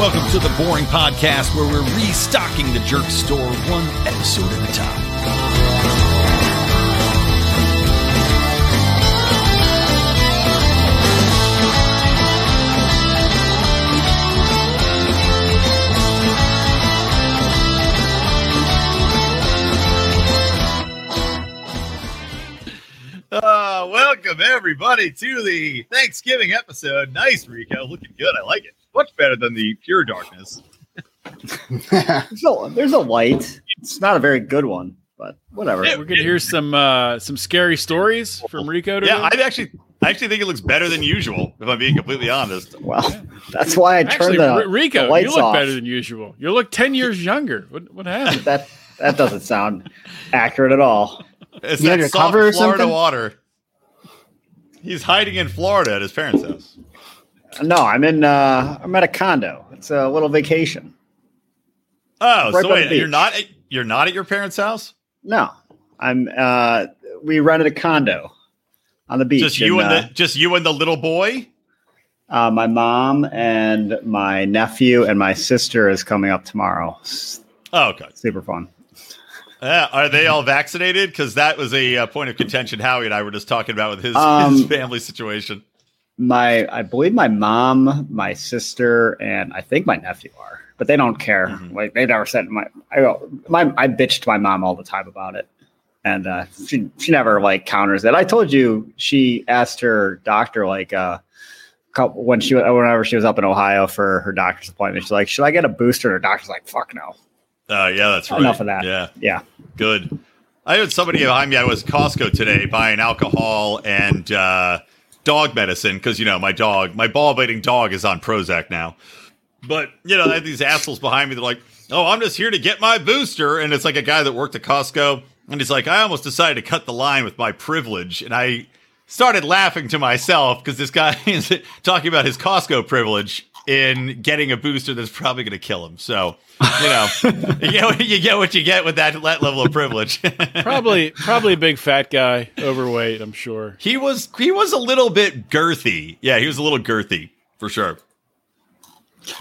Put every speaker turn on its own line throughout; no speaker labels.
Welcome to the Boring Podcast, where we're restocking the jerk store one episode at a time.
Uh, welcome everybody to the Thanksgiving episode. Nice, Rico. Looking good. I like it. Much better than the pure darkness.
There's a, there's a light. It's not a very good one, but whatever.
We're gonna hear some uh, some scary stories from Rico. Today.
Yeah, I actually, I actually think it looks better than usual. If I'm being completely honest,
Well, that's why I
actually
turned the,
R- Rico,
the lights
you look
off.
better than usual. You look ten years younger. What what happened?
that that doesn't sound accurate at all.
it's
You
that
under
soft
cover or
Florida
something?
water. He's hiding in Florida at his parents' house.
No, I'm in. Uh, I'm at a condo. It's a little vacation.
Oh,
Right by
so
the
wait,
beach.
you're not, at, you're not at your parents' house?
No, I'm. Uh, we rented a condo on the beach.
Just you and
uh,
the, just you and the little boy.
Uh, my mom and my nephew and my sister is coming up tomorrow. S-
Oh, okay.
Super fun.
Yeah, are they all vaccinated? Because that was a uh, point of contention Howie and I were just talking about with his, his
Um,
family situation.
My, I believe my mom, my sister, and I think my nephew are, but they don't care. Like they never sent my. I go- my I bitched my mom all the time about it, and uh, she she never like counters it. I told you she asked her doctor like. uh couple- when she whenever she was up in Ohio for her doctor's appointment, she's like, "Should I get a booster?" And her doctor's like, "Fuck no."
Oh, yeah, that's right.
Enough of that.
Yeah.
Yeah,
Good. I had somebody behind me. I was Costco today buying alcohol and uh, dog medicine because you know my dog, my ball biting dog, is on Prozac now. But you know, I had these assholes behind me. They're like, "Oh, I'm just here to get my booster," and it's like a guy that worked at Costco, and he's like, "I almost decided to cut the line with my privilege," and I started laughing to myself because this guy is talking about his Costco privilege in getting a booster that's probably going to kill him. So, you know, you, get, what- you get what you get with that, that level of privilege.
probably probably a big fat guy, overweight. I'm sure.
he was he was a little bit girthy. Yeah, he was a little girthy for sure.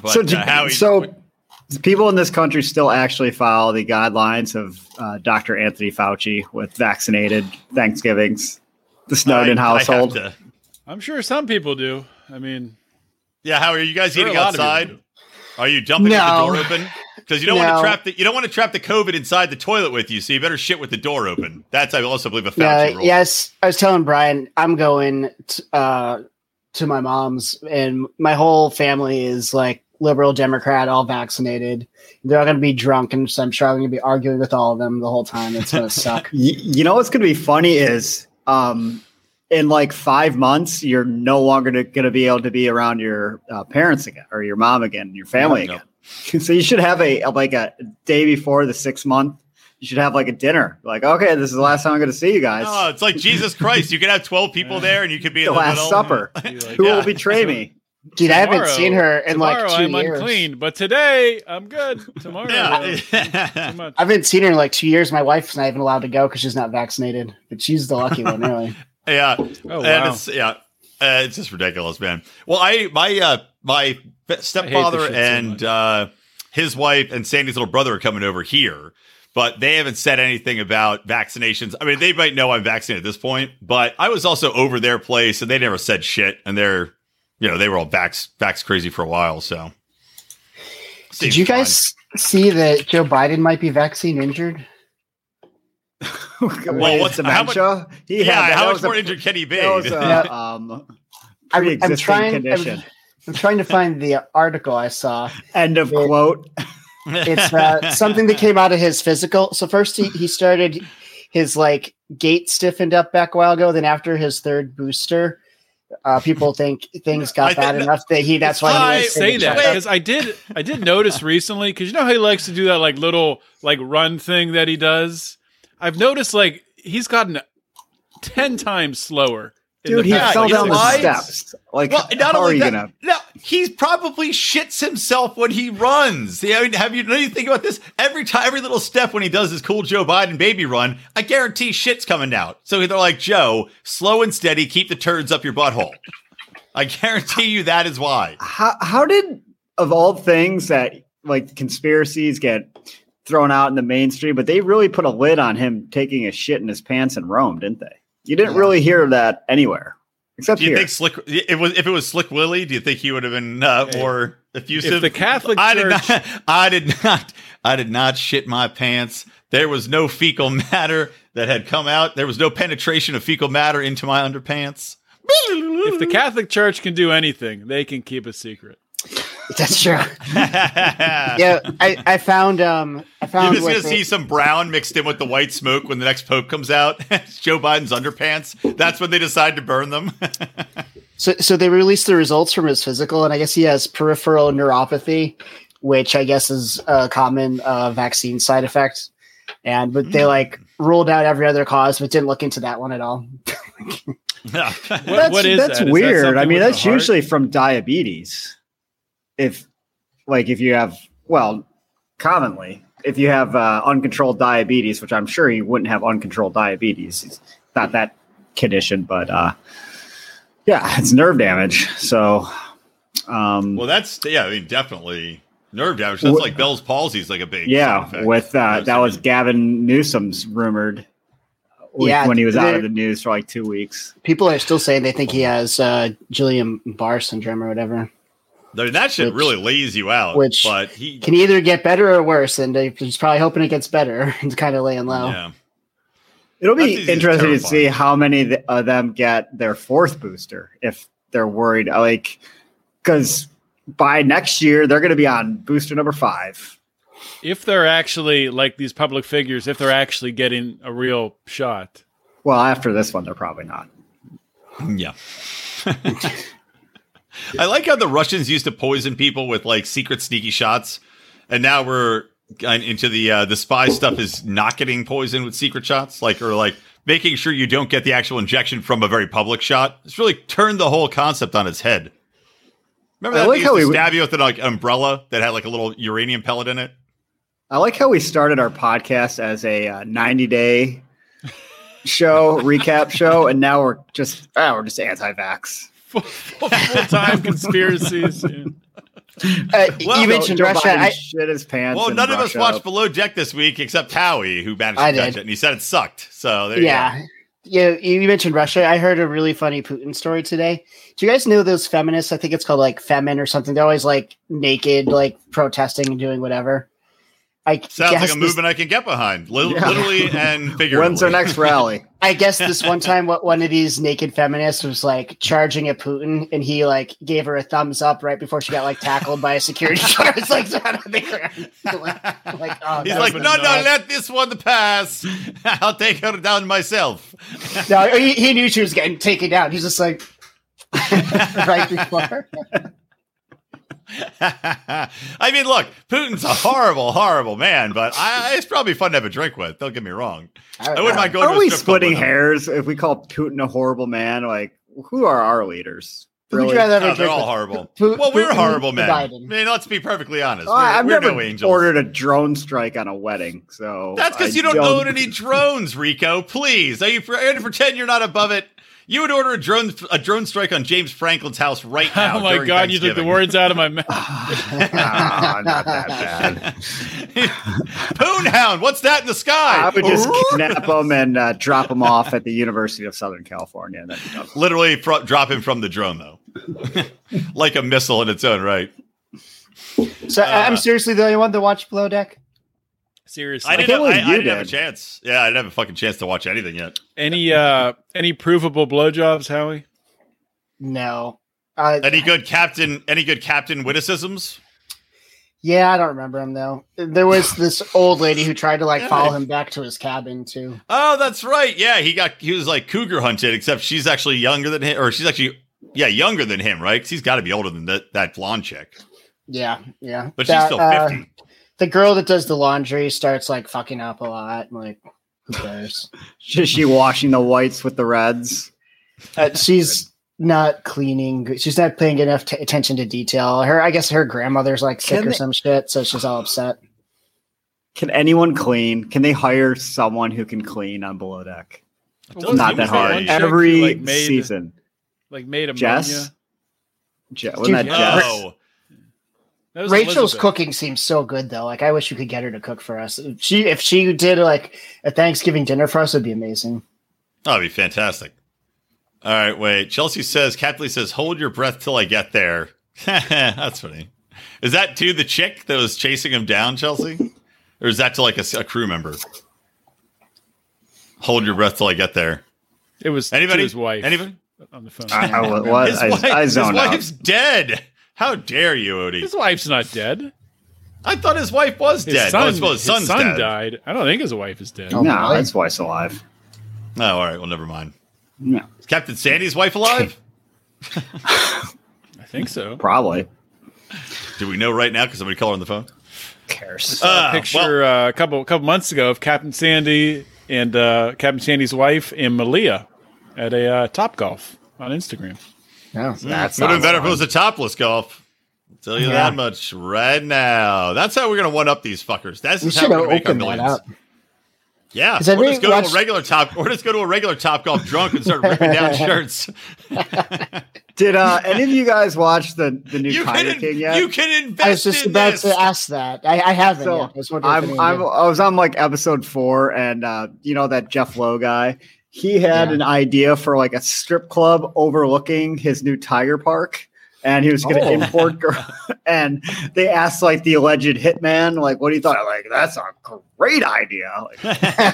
But,
so,
uh,
do-
Howie-
so people in this country still actually follow the guidelines of uh, Dr. Anthony Fauci with vaccinated Thanksgivings, the
I-
Snowden
I have
household.
to-
I'm sure some people do. I mean,
yeah, Howie, are you guys
There are
eating
a lot of people
outside?
who
Are you dumping with the
No.
door open? Because you don't want
No.
to trap the you don't want to trap the COVID inside the toilet with you, so you better shit with the door open. That's I also believe a Fauci
Yeah,
rule.
yes, I was telling Brian I'm going t- uh, to my mom's, and my whole family is like liberal Democrat, all vaccinated. They're all going to be drunk, and so I'm sure I'm going to be arguing with all of them the whole time. It's going to suck.
Y- you know what's going to be funny is um, in like five months, you're no longer going to be able to be around your uh, parents again or your mom again, your family
Nope.
again. So you should have a like a day before the six month. You should have like a dinner. Like, okay, this is the last time I'm going to see you guys.
No, it's like Jesus Christ. You could have twelve people
Yeah.
there, and you could be
the
in the
last
middle.
supper.
be like,
Who
um, Yeah.
will betray me?
Dude, I haven't
Tomorrow-
seen her in like
tomorrow
2
I'm
years.
unclean, but today I'm good. Tomorrow,
Yeah.
uh, too much.
I haven't seen her in like two years. My wife's not even allowed to go because she's not vaccinated, but she's the lucky one, really.
yeah.
Oh
And
wow.
it's yeah, uh, it's just ridiculous, man. Well, I my uh my f- stepfather
shit so
and
much.
uh his wife and Sandy's little brother are coming over here, but they haven't said anything about vaccinations. I mean, they might know I'm vaccinated at this point, but I was also over their place and they never said shit. And they're you know they were all vax vax crazy for a while. So
Did
Seems
you
fine.
guys see that Joe Biden might be vaccine injured?
Well,
Well,
what's
what's- how much-
dementia? he had
Yeah,
that. That
how much
was a-
more injured can he be?
That was a, um, pre-existing
trying- I'm-
condition.
I'm trying to find the article I saw.
End of quote.
it's uh, something that came out of his physical. So first he, he started his like gait stiffened up back a while ago. Then after his third booster, uh, people think things got
I think
bad
that-
enough that he that's
It's
why
I
he
I
was
say
in
that
China.
because I did I did notice recently because you know how he likes to do that like little like run thing that he does. I've noticed like he's gotten ten times slower. in
Dude,
the
he
past,
fell
like,
down the
six
lies.
months.
steps. Like,
Well, and not
how are
only
you
that,
gonna?
no, he probably shits himself when he runs. Yeah, I mean, have you, know, you think about this? Every time, every little step when he does his cool Joe Biden baby run, I guarantee shit's coming out. So they're like, Joe, slow and steady, keep the turds up your butthole. I guarantee you that is why.
How how did of all things that like conspiracies get thrown out in the mainstream, but they really put a lid on him taking a shit in his pants in Rome, didn't they? You didn't
Yeah.
really hear that anywhere, except
Do you
here.
think Slick? It was if it was Slick Willie. Do you think he would have been uh,
Hey,
more effusive?
If the Catholic
I did
Church,
not. I did not. I did not shit my pants. There was no fecal matter that had come out. There was no penetration of fecal matter into my underpants.
if the Catholic Church can do anything, they can keep a secret.
That's true.
yeah,
Yeah, I, I found um I
You're
found
just gonna
with
see
it,
some brown mixed in with the white smoke when the next pope comes out. It's Joe Biden's underpants. That's when they decide to burn them.
so so they released the results from his physical, and I guess he has peripheral neuropathy, which I guess is a common uh, vaccine side effect. And but
Hmm.
they like ruled out every other cause, but didn't look into that one at all.
What,
that's,
what
that's
is that? Is that
weird. I
something
mean,
with the
that's
heart?
usually from diabetes. If, like, if you have, well, commonly, if you have uh, uncontrolled diabetes, which I'm sure you wouldn't have uncontrolled diabetes, it's not that condition, but uh, yeah, it's nerve damage. So, um,
well, that's yeah. I mean, definitely nerve damage. That's
Wh-
like Bell's palsy is like a big side
yeah,
effect.
with uh,
That's
that was
it.
Gavin Newsom's rumored. uh, week
Yeah,
when he was out
there-
of the news for like two weeks.
People are still saying they think he has uh, Gilliam Barr syndrome or whatever.
I mean, that shit
which-
really lays you out.
which
but he
Can either get better or worse, and they- he's probably hoping it gets better. It's kind of laying low.
yeah.
It'll
That's
be
easy to
interesting to
terrify.
see how many th- of them get their fourth booster if they're worried. uh, Like, because by next year they're going to be on booster number five.
if they're actually like these public figures, if they're actually getting a real shot.
Well, after this one, they're probably not.
Yeah. I like how the Russians used to poison people with like secret sneaky shots, and now we're going into the uh, the spy stuff is not getting poisoned with secret shots, like or like making sure you don't get the actual injection from a very public shot. It's really turned the whole concept on its head. Remember
I
that
like
they used
how
to
we-
stab you with an like umbrella that had like a little uranium pellet in it.
I like how we started our podcast as a uh, 90 day show recap show, and now we're just ah, we're just anti-vax.
Full time conspiracies. yeah.
Uh,
Well, Joe-
you mentioned
Joe
Russia.
Biden
I,
shit his pants.
Well,
in
none of us
Russia.
watched Below Deck this week except Howie, who managed to
I
catch
did.
it, and he said it sucked. So there you go.
yeah. Yeah, you you mentioned Russia. I heard a really funny Putin story today. Do you guys know those feminists? I think it's called like Femin or something. They're always like naked, like protesting and doing whatever. I
Sounds like
guess
a
this-
movement I can get behind, li-
Yeah.
literally and figuratively.
When's our next rally?
I guess this one time, what one of these naked feminists was like charging at Putin, and he like gave her a thumbs up right before she got like tackled by a security guard. It's like, like, like, oh,
He's
that
like,
was
no, no,
bad."
let this one pass. I'll take her down myself.
no. He, he knew she was getting taken down. He's just like right before.
I mean, look, Putin's a horrible, horrible man, but I, it's probably fun to have a drink with. Don't get me wrong. I wouldn't mind going. to
Are
a
we
strip club
splitting
with him.
hairs if we call Putin a horrible man? Like, who are our leaders?
Who'd you
Really?
rather have
No,
a
they're
drink
all
with?
horrible.
Pu-
well, we're
Putin
horrible
and
men. I
Biden.
mean, let's be perfectly honest.
Oh,
we're
I've
we're
never
no angels.
ordered a drone strike on a wedding, so
That's because
I
you don't, own any drones, Rico. Please, are you trying to pretend you're not above it? You would order a drone a drone strike on James Franklin's house right now.
Oh my
during
God, you took the
Thanksgiving.
words out of my mouth.
Ah, not that bad.
Poonhound, what's that in the sky?
I would just kidnap them and uh, drop them off at the University of Southern California. and then be done.
literally fro- drop him from the drone though, like a missile in its own right.
So I-
Uh,
I'm seriously the only one that watched Below Deck.
Seriously.
I didn't,
can't
I,
believe
I
you
didn't have a
did.
chance. Yeah, I didn't have a fucking chance to watch anything yet.
Any uh any provable blowjobs, Howie?
No. Uh,
Any good captain? Any good captain witticisms?
yeah, I don't remember him though. There was this old lady who tried to like
Yeah.
follow him back to his cabin too.
Oh, that's right. Yeah, he got he was like cougar hunted, except she's actually younger than him, or she's actually yeah younger than him, right? 'Cause he's got to be older than that that blonde chick,
Yeah, yeah.
but she's
That,
still
uh,
fifty.
the girl that does the laundry starts like fucking up a lot. and, Like, who cares?
Is she washing the whites with the reds?
Uh, she's not cleaning. She's not paying enough t- attention to detail. Her, I guess, her grandmother's like sick
Can
or
they-
some shit, so she's all upset.
Can anyone clean? Can they hire someone who can clean on below deck?
Well,
Not
you
that
say one
hard.
chick who,
Every
like, made,
season,
Like made ammonia.
uh, Jess. Je-
Oh,
wasn't that
Dude,
Jess?
No,
That was
Rachel's
Elizabeth.
cooking seems so good though. Like I wish you could get her to cook for us. If she if she did like a Thanksgiving dinner for us, it'd be amazing.
That'd be fantastic. All right, wait. Chelsea says, Kathleen says, hold your breath till I get there. That's funny. Is that to the chick that was chasing him down, Chelsea? Or is that to like a, s- a crew member? Hold your breath till I get there.
It was to
Anybody?
his wife.
Anybody?
on the phone.
I, I, wa- wa-
His,
I,
wife-
I
his
zoned out.
wife's dead. How dare you, Odie?
his wife's not dead.
I thought his wife was
His
dead.
son,
oh, I suppose
his
his son's
son
dead.
died. I don't think his wife is dead.
Oh,
no,
my.
his wife's alive.
Oh, all right. Well, never mind.
No,
Is Captain Sandy's wife alive?
I think so.
probably.
Do we know right now? Because somebody call her on the phone.
Cares.
Uh,
a picture uh, a couple couple months ago of Captain Sandy and uh, Captain Sandy's wife and Malia at a uh, Top Golf on Instagram.
Yeah.
That's
Would have been better if it
fun.
was a topless golf. I'll tell you
Yeah.
that much right now. That's how we're gonna one up these fuckers. That's
We
just how
should
we're gonna make our
open that
millions.
up.
Yeah,
Has
or just
anybody
go to
watched-
a regular top, or just go to a regular top golf drunk and start ripping down shirts.
Did uh, any of you guys watch the the new
You
Tiger
can,
King
in,
yet?
you can invest
I was just
in
about
this.
to ask that. I, I haven't.
So,
yet. I was wondering if
I'm,
anyone
I'm,
did.
I was on like episode four, and uh, you know that Jeff Lowe guy. He had
Yeah.
an idea for like a strip club overlooking his new tiger park, and he was going to
Oh.
import. Girl- and they asked like the alleged hitman, like, "What do you thought?" Like, that's a great idea.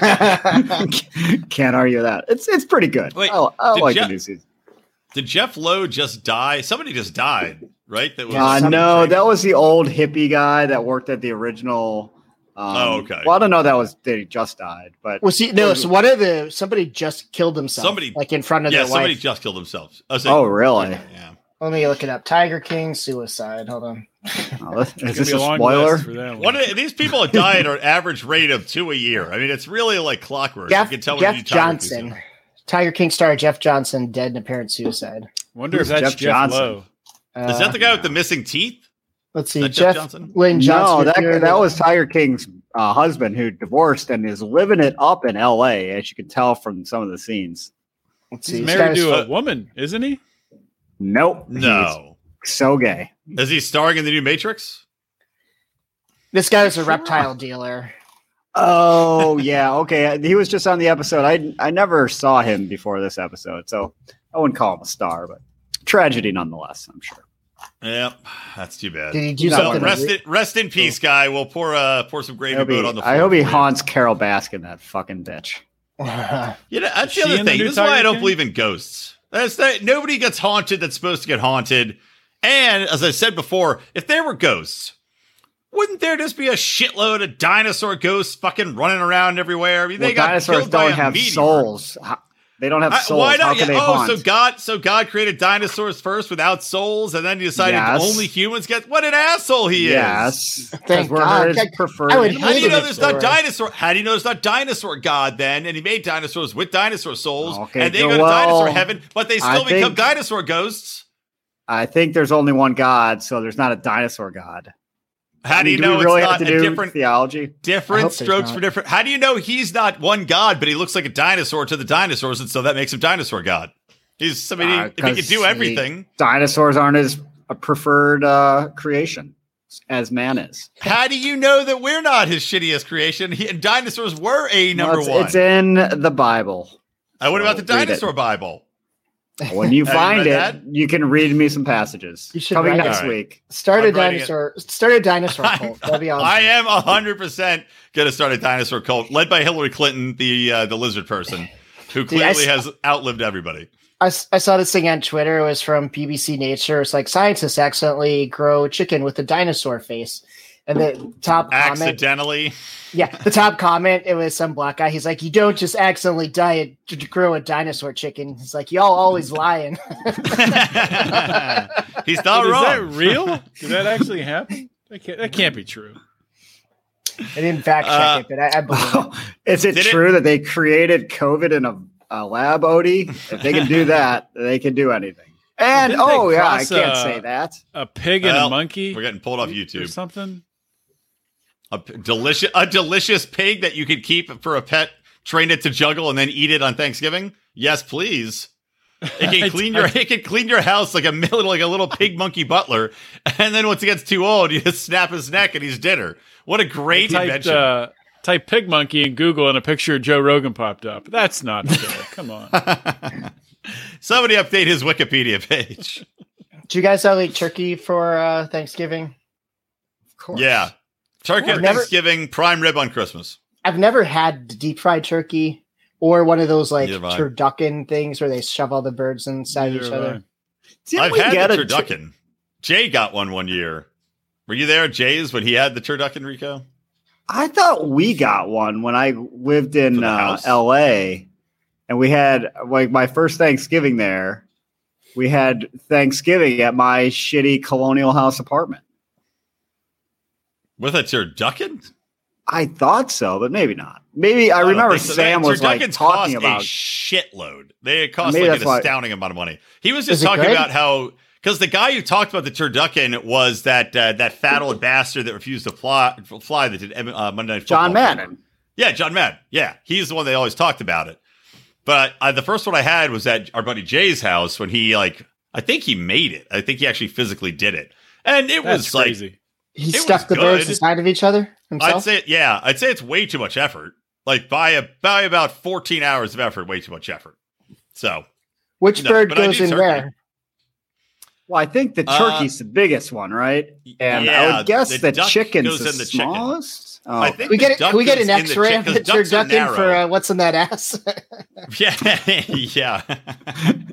Like, can't argue that. It's it's pretty good.
Wait,
I, I
did
like
Jeff-
the new season.
Did Jeff Lowe just die? Somebody just died, right? That was
Uh,
something
no,
crazy.
that was the old hippie guy that worked at the original. Um,
Oh, okay.
Well, I don't know. That was that he just died, but
Well, see, no. So one of the somebody just killed himself.
Somebody-
like in front of
yeah,
their
somebody
wife.
just killed themselves. I was
oh,
like,
really?
yeah.
Let me look it up. Tiger King suicide. Hold on.
Oh, this- is this
It's gonna
a
be a long
spoiler?
list for that one.
What are- these people have died at an average rate of two a year. I mean, it's really like clockwork.
Jeff,
you can tell when you
Jeff
do Tiger King
Johnson.
stuff.
Tiger King star Jeff Johnson dead in apparent suicide.
Wonder
Who's
if that's
Jeff
Jeff,
Johnson?
Lowe.
Uh,
Is that the guy with the missing teeth?
let's
Is
see,
that Jeff
Jeff,
Johnson?
Lynn Johnson.
No, that
appeared in-
that was Tiger King's uh, husband who divorced and is living it up in L.A. As you can tell from some of the scenes.
Let's
He's
see, this
married
guy's-
to
uh,
a woman, isn't he?
Nope.
No.
He's so gay.
Is he starring in the new Matrix?
This guy was a reptile dealer.
Oh yeah. Okay. He was just on the episode. I I never saw him before this episode, so I wouldn't call him a star, but tragedy nonetheless. I'm sure.
Yep, that's too bad.
Did he do
No,
So
something?
rest
re-
in, rest in peace, guy. We'll pour uh pour some
I
gravy
hope he,
boat on the.
I hope
floor
he
for you.
haunts Carol Baskin, that fucking bitch.
You know, that's the
Is she
other
in the
thing.
new
This is why I
Tiger
don't
King?
believe in ghosts. That's that. Nobody gets haunted that's supposed to get haunted. And as I said before, if there were ghosts, wouldn't there just be a shitload of dinosaur ghosts fucking running around everywhere? I mean,
Well,
they got
dinosaurs
killed by
don't
a
have
meteor.
souls. How- They don't have
I-
souls.
why
How
not?
can they
yeah, oh,
haunt?
so God, so God created dinosaurs first without souls, and then he decided
Yes.
only humans get. What an asshole he is!
yes, because
Thank
we're
God.
his
Like,
preferred.
I would
How do you
Hated
know
it
there's
so
not
much.
dinosaur? How do you know there's not dinosaur god then? And he made dinosaurs with dinosaur souls,
Okay,
and they go to
well,
dinosaur heaven, but they
I
still become
think-
dinosaur ghosts.
I think there's only one God, so there's not a dinosaur God.
How
I
do
mean,
you
we
know
really
it's
have
not
to
a
do
different
theology?
I
different
hope there's
strokes
not.
for different? How do you know he's not one god, but he looks like a dinosaur to the dinosaurs, and so that makes him dinosaur god? He's I mean, he-
Uh,
if he
'cause
could do
he-
everything,
Dinosaurs aren't his uh, preferred uh, creation as man is.
how do you know that we're not his shittiest creation? He, and dinosaurs were a number
Well, it's,
one.
It's in the Bible.
Uh, what about the
so read it.
dinosaur Bible?
When you
Have you
find
read
it,
that?
you can read me some passages.
You should
Coming
write
next
it.
week.
Start a
I'm writing it.
dinosaur. Start a dinosaur cult. That'd
Um,
be awesome.
I am hundred percent gonna start a dinosaur cult led by Hillary Clinton, the uh, the lizard person, who
Dude, I
clearly has outlived everybody.
I, s- I saw this thing on Twitter. It was from BBC Nature. It's like scientists accidentally grow chicken with a dinosaur face. And the top comment,
Accidentally,
yeah, the top comment. It was some black guy. He's like, "You don't just accidentally diet to grow a dinosaur chicken." He's like, "Y'all always lying."
he's not
is that
Oh, wrong.
real? Did that actually happen? That can't, that can't be true.
I didn't fact check
Uh,
it, but I, I believe it.
Is it
Did it-
true that they created COVID in a, a lab, Odie? If they can do that, they can do anything. And
Didn't they
oh yeah, I
cross,
can't
uh,
say that.
A pig and
Well,
a monkey
We're getting pulled off
or
YouTube.
something.
A p- delicious, a delicious pig that you could keep for a pet, train it to juggle, and then eat it on Thanksgiving. Yes, please. It can clean your it can clean your house like a mill- like a little pig monkey butler, and then once he gets too old, you just snap his neck and he's dinner. What a great
typed,
invention!
uh, type pig monkey in Google and a picture of Joe Rogan popped up. That's not fair. Come on.
Somebody update his Wikipedia page.
Do you guys all eat turkey for uh, Thanksgiving? Of course.
yeah, turkey
I've
on
never-
Thanksgiving, prime rib on Christmas.
I've never had deep fried turkey or one of those like
Neither have I.
turducken things where they shove all the birds inside
Neither have
each
I.
other.
Didn't
I've
we
had
get
the
a tur-
turducken. Jay got one one year. Were you there, Jay's, when he had the turducken, Rico?
I thought we got one when I lived
For
in
the
uh,
house?
LA, and we had like my first Thanksgiving there. We had Thanksgiving at my shitty colonial house apartment.
With a turducken?
I thought so, but maybe not. Maybe I,
don't
remember
think Oh, so.
Sam
That-
was like
turduckens
talking
cost
about.
a shitload. They cost
Maybe
like
that's
an
why-
astounding amount of money. He was just
Is it
talking
good?
about how because the guy who talked about the turducken was that uh, that fat old bastard that refused to fly, fly that did uh, Monday Night Football.
John Madden.
Yeah, John Madden. Yeah, he's the one they always talked about it. But uh, the first one I had was at our buddy Jay's house when he like I think he made it. I think he actually physically did it, and it
That's
was like
crazy.
He
It
stuffed the
was
birds
good.
inside of each other
I'd
himself.
say yeah, I'd say it's way too much effort. Like by a, by about fourteen hours of effort, way too much effort. So
Which
No,
bird
but I
goes
do
in
turkey.
where?
Well, I think the
Uh,
turkey's the biggest one, right? And I would guess the,
duck
chicken's
goes
the
in the chicken.
smallest. Oh,
I think
We
the
get it,
duck
can we get
goes
an
in the
X-ray
chick-
of
'cause
the
ducks are
turducken for
narrow.
uh, what's in that ass?
yeah yeah.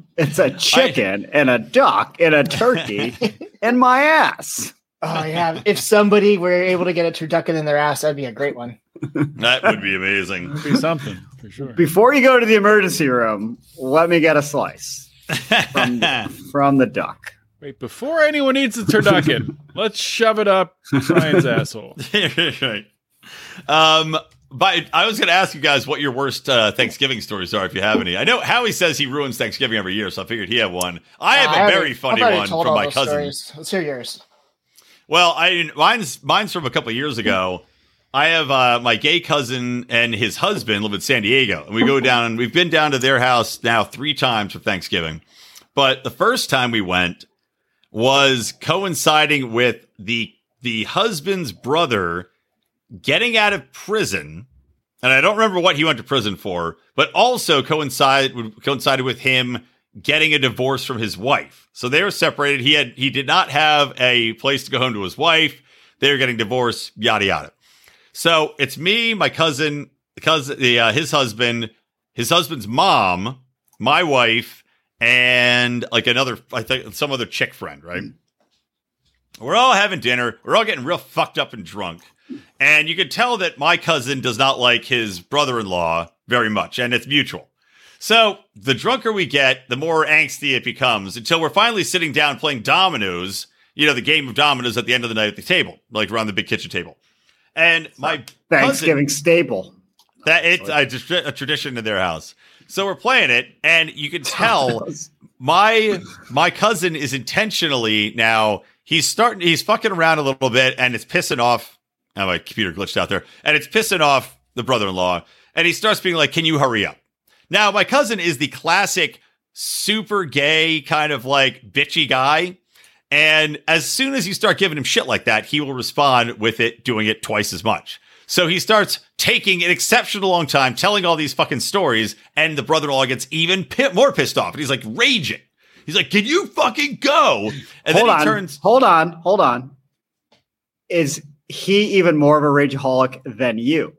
it's a chicken and a duck and a turkey and my ass.
oh yeah, if somebody were able to get a turducken in their ass, that'd be a great one.
that would be amazing.
It'd be something for sure.
Before you go to the emergency room, let me get a slice from the, from the duck.
Wait, before anyone eats the turducken, let's shove it up Brian's asshole.
right. Um, but I was going to ask you guys what your worst uh, Thanksgiving stories are, if you have any. I know Howie says he ruins Thanksgiving every year, so I figured he had one. I
Uh,
have a
already-
very funny
I've already
one
told
from
all
my
those
cousin.
stories. Let's hear yours.
Well, I mine's mine's from a couple of years ago. I have uh, my gay cousin and his husband live in San Diego, and we go down. We've been down to their house now three times for Thanksgiving, but the first time we went was coinciding with the the husband's brother getting out of prison, and I don't remember what he went to prison for, but also coincided coincided with him getting a divorce from his wife. So they were separated. He had he did not have a place to go home to his wife. They were getting divorced. Yada yada. So it's me, my cousin, the cousin, the, uh, his husband, his husband's mom, my wife, and like another, I think some other chick friend, right? We're all having dinner. We're all getting real fucked up and drunk. And you could tell that my cousin does not like his brother in law very much, and it's mutual. So the drunker we get, the more angsty it becomes until we're finally sitting down playing dominoes, you know, the game of dominoes at the end of the night at the table, like around the big kitchen table. And my
Thanksgiving staple.
cousin, that it's a, just a tradition in their house. So we're playing it, and you can tell my my cousin is intentionally now he's starting he's fucking around a little bit and it's pissing off oh my computer glitched out there and it's pissing off the brother-in-law and he starts being like can you hurry up now my cousin is the classic super gay kind of like bitchy guy and as soon as you start giving him shit like that he will respond with it doing it twice as much so he starts taking an exceptional long time telling all these fucking stories, and the brother-in-law gets even pi- more pissed off, and he's like raging. He's like, "Can you fucking go?" And
hold
then
on,
he turns.
hold on, hold on. Is he even more of a rageaholic than you?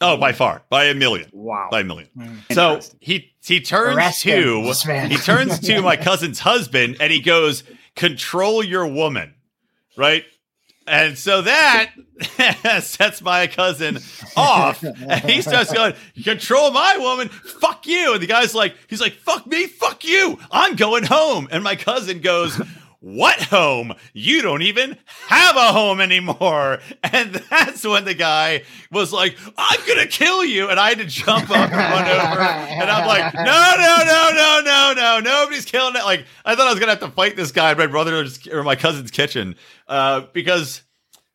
Oh, by far, by a million,
Wow.
by a million. So
Interesting.
he he turns
Hmm. Arrest him,
to
this man.
he turns to my cousin's husband, and he goes, "Control your woman," right? And so that sets my cousin off. And he starts going, "You control my woman, fuck you. And the guy's like, he's like, fuck me, fuck you. I'm going home. And my cousin goes, What home? You don't even have a home anymore. And that's when the guy was like, I'm gonna kill you. And I had to jump up and run over. And I'm like, no, no, no, no, no, no, nobody's killing it. Like, I thought I was gonna have to fight this guy in my brother's or my cousin's kitchen. Uh, because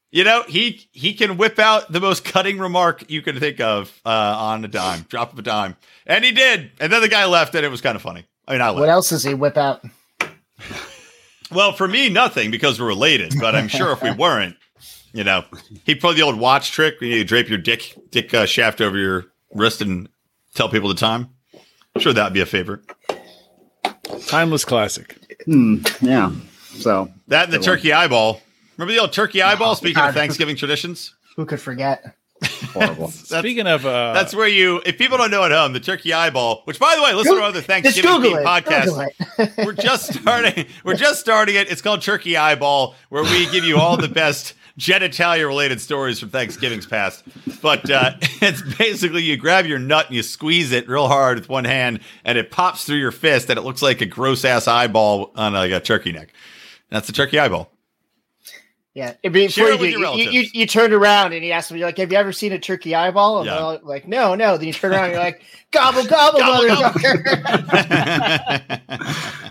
you know, he he can whip out the most cutting remark you can think of uh, on a dime, drop of a dime, and he did. And then the guy left, and it was kind of funny. I mean, I
What
like.
else does he whip out?
Well, for me, nothing because we're related. But I'm sure if we weren't, you know, he'd play the old watch trick. where You drape your dick dick uh, shaft over your wrist and tell people the time. I'm sure that'd be a favorite.
Timeless classic.
Hmm, yeah. So
That and the
Good one.
turkey eyeball. Remember the old turkey eyeball? Speaking of Thanksgiving traditions,
Who could forget?
horrible.
That's-
Speaking of, uh,
that's where you. If people don't know at home, the turkey eyeball. Which, by the way, listen to our other
Just
Thanksgiving
Google
themed
it. Google
podcast.
it.
We're just starting. We're just starting it. It's called Turkey Eyeball, where we give you all the best genitalia related stories from Thanksgiving's past. But uh, it's basically you grab your nut and you squeeze it real hard with one hand, and it pops through your fist, and it looks like a gross ass eyeball on like a turkey neck. That's the turkey eyeball.
Yeah, it'd be-
Share
before
it
you,
with your
do it, you, you,
relatives.
you turned around and he asked me like, "Have you ever seen a turkey eyeball?" And
Yeah.
they're all like, "No, no." Then you turn around and you're like, "Gobble gobble,
Gobble,
motherfucker!"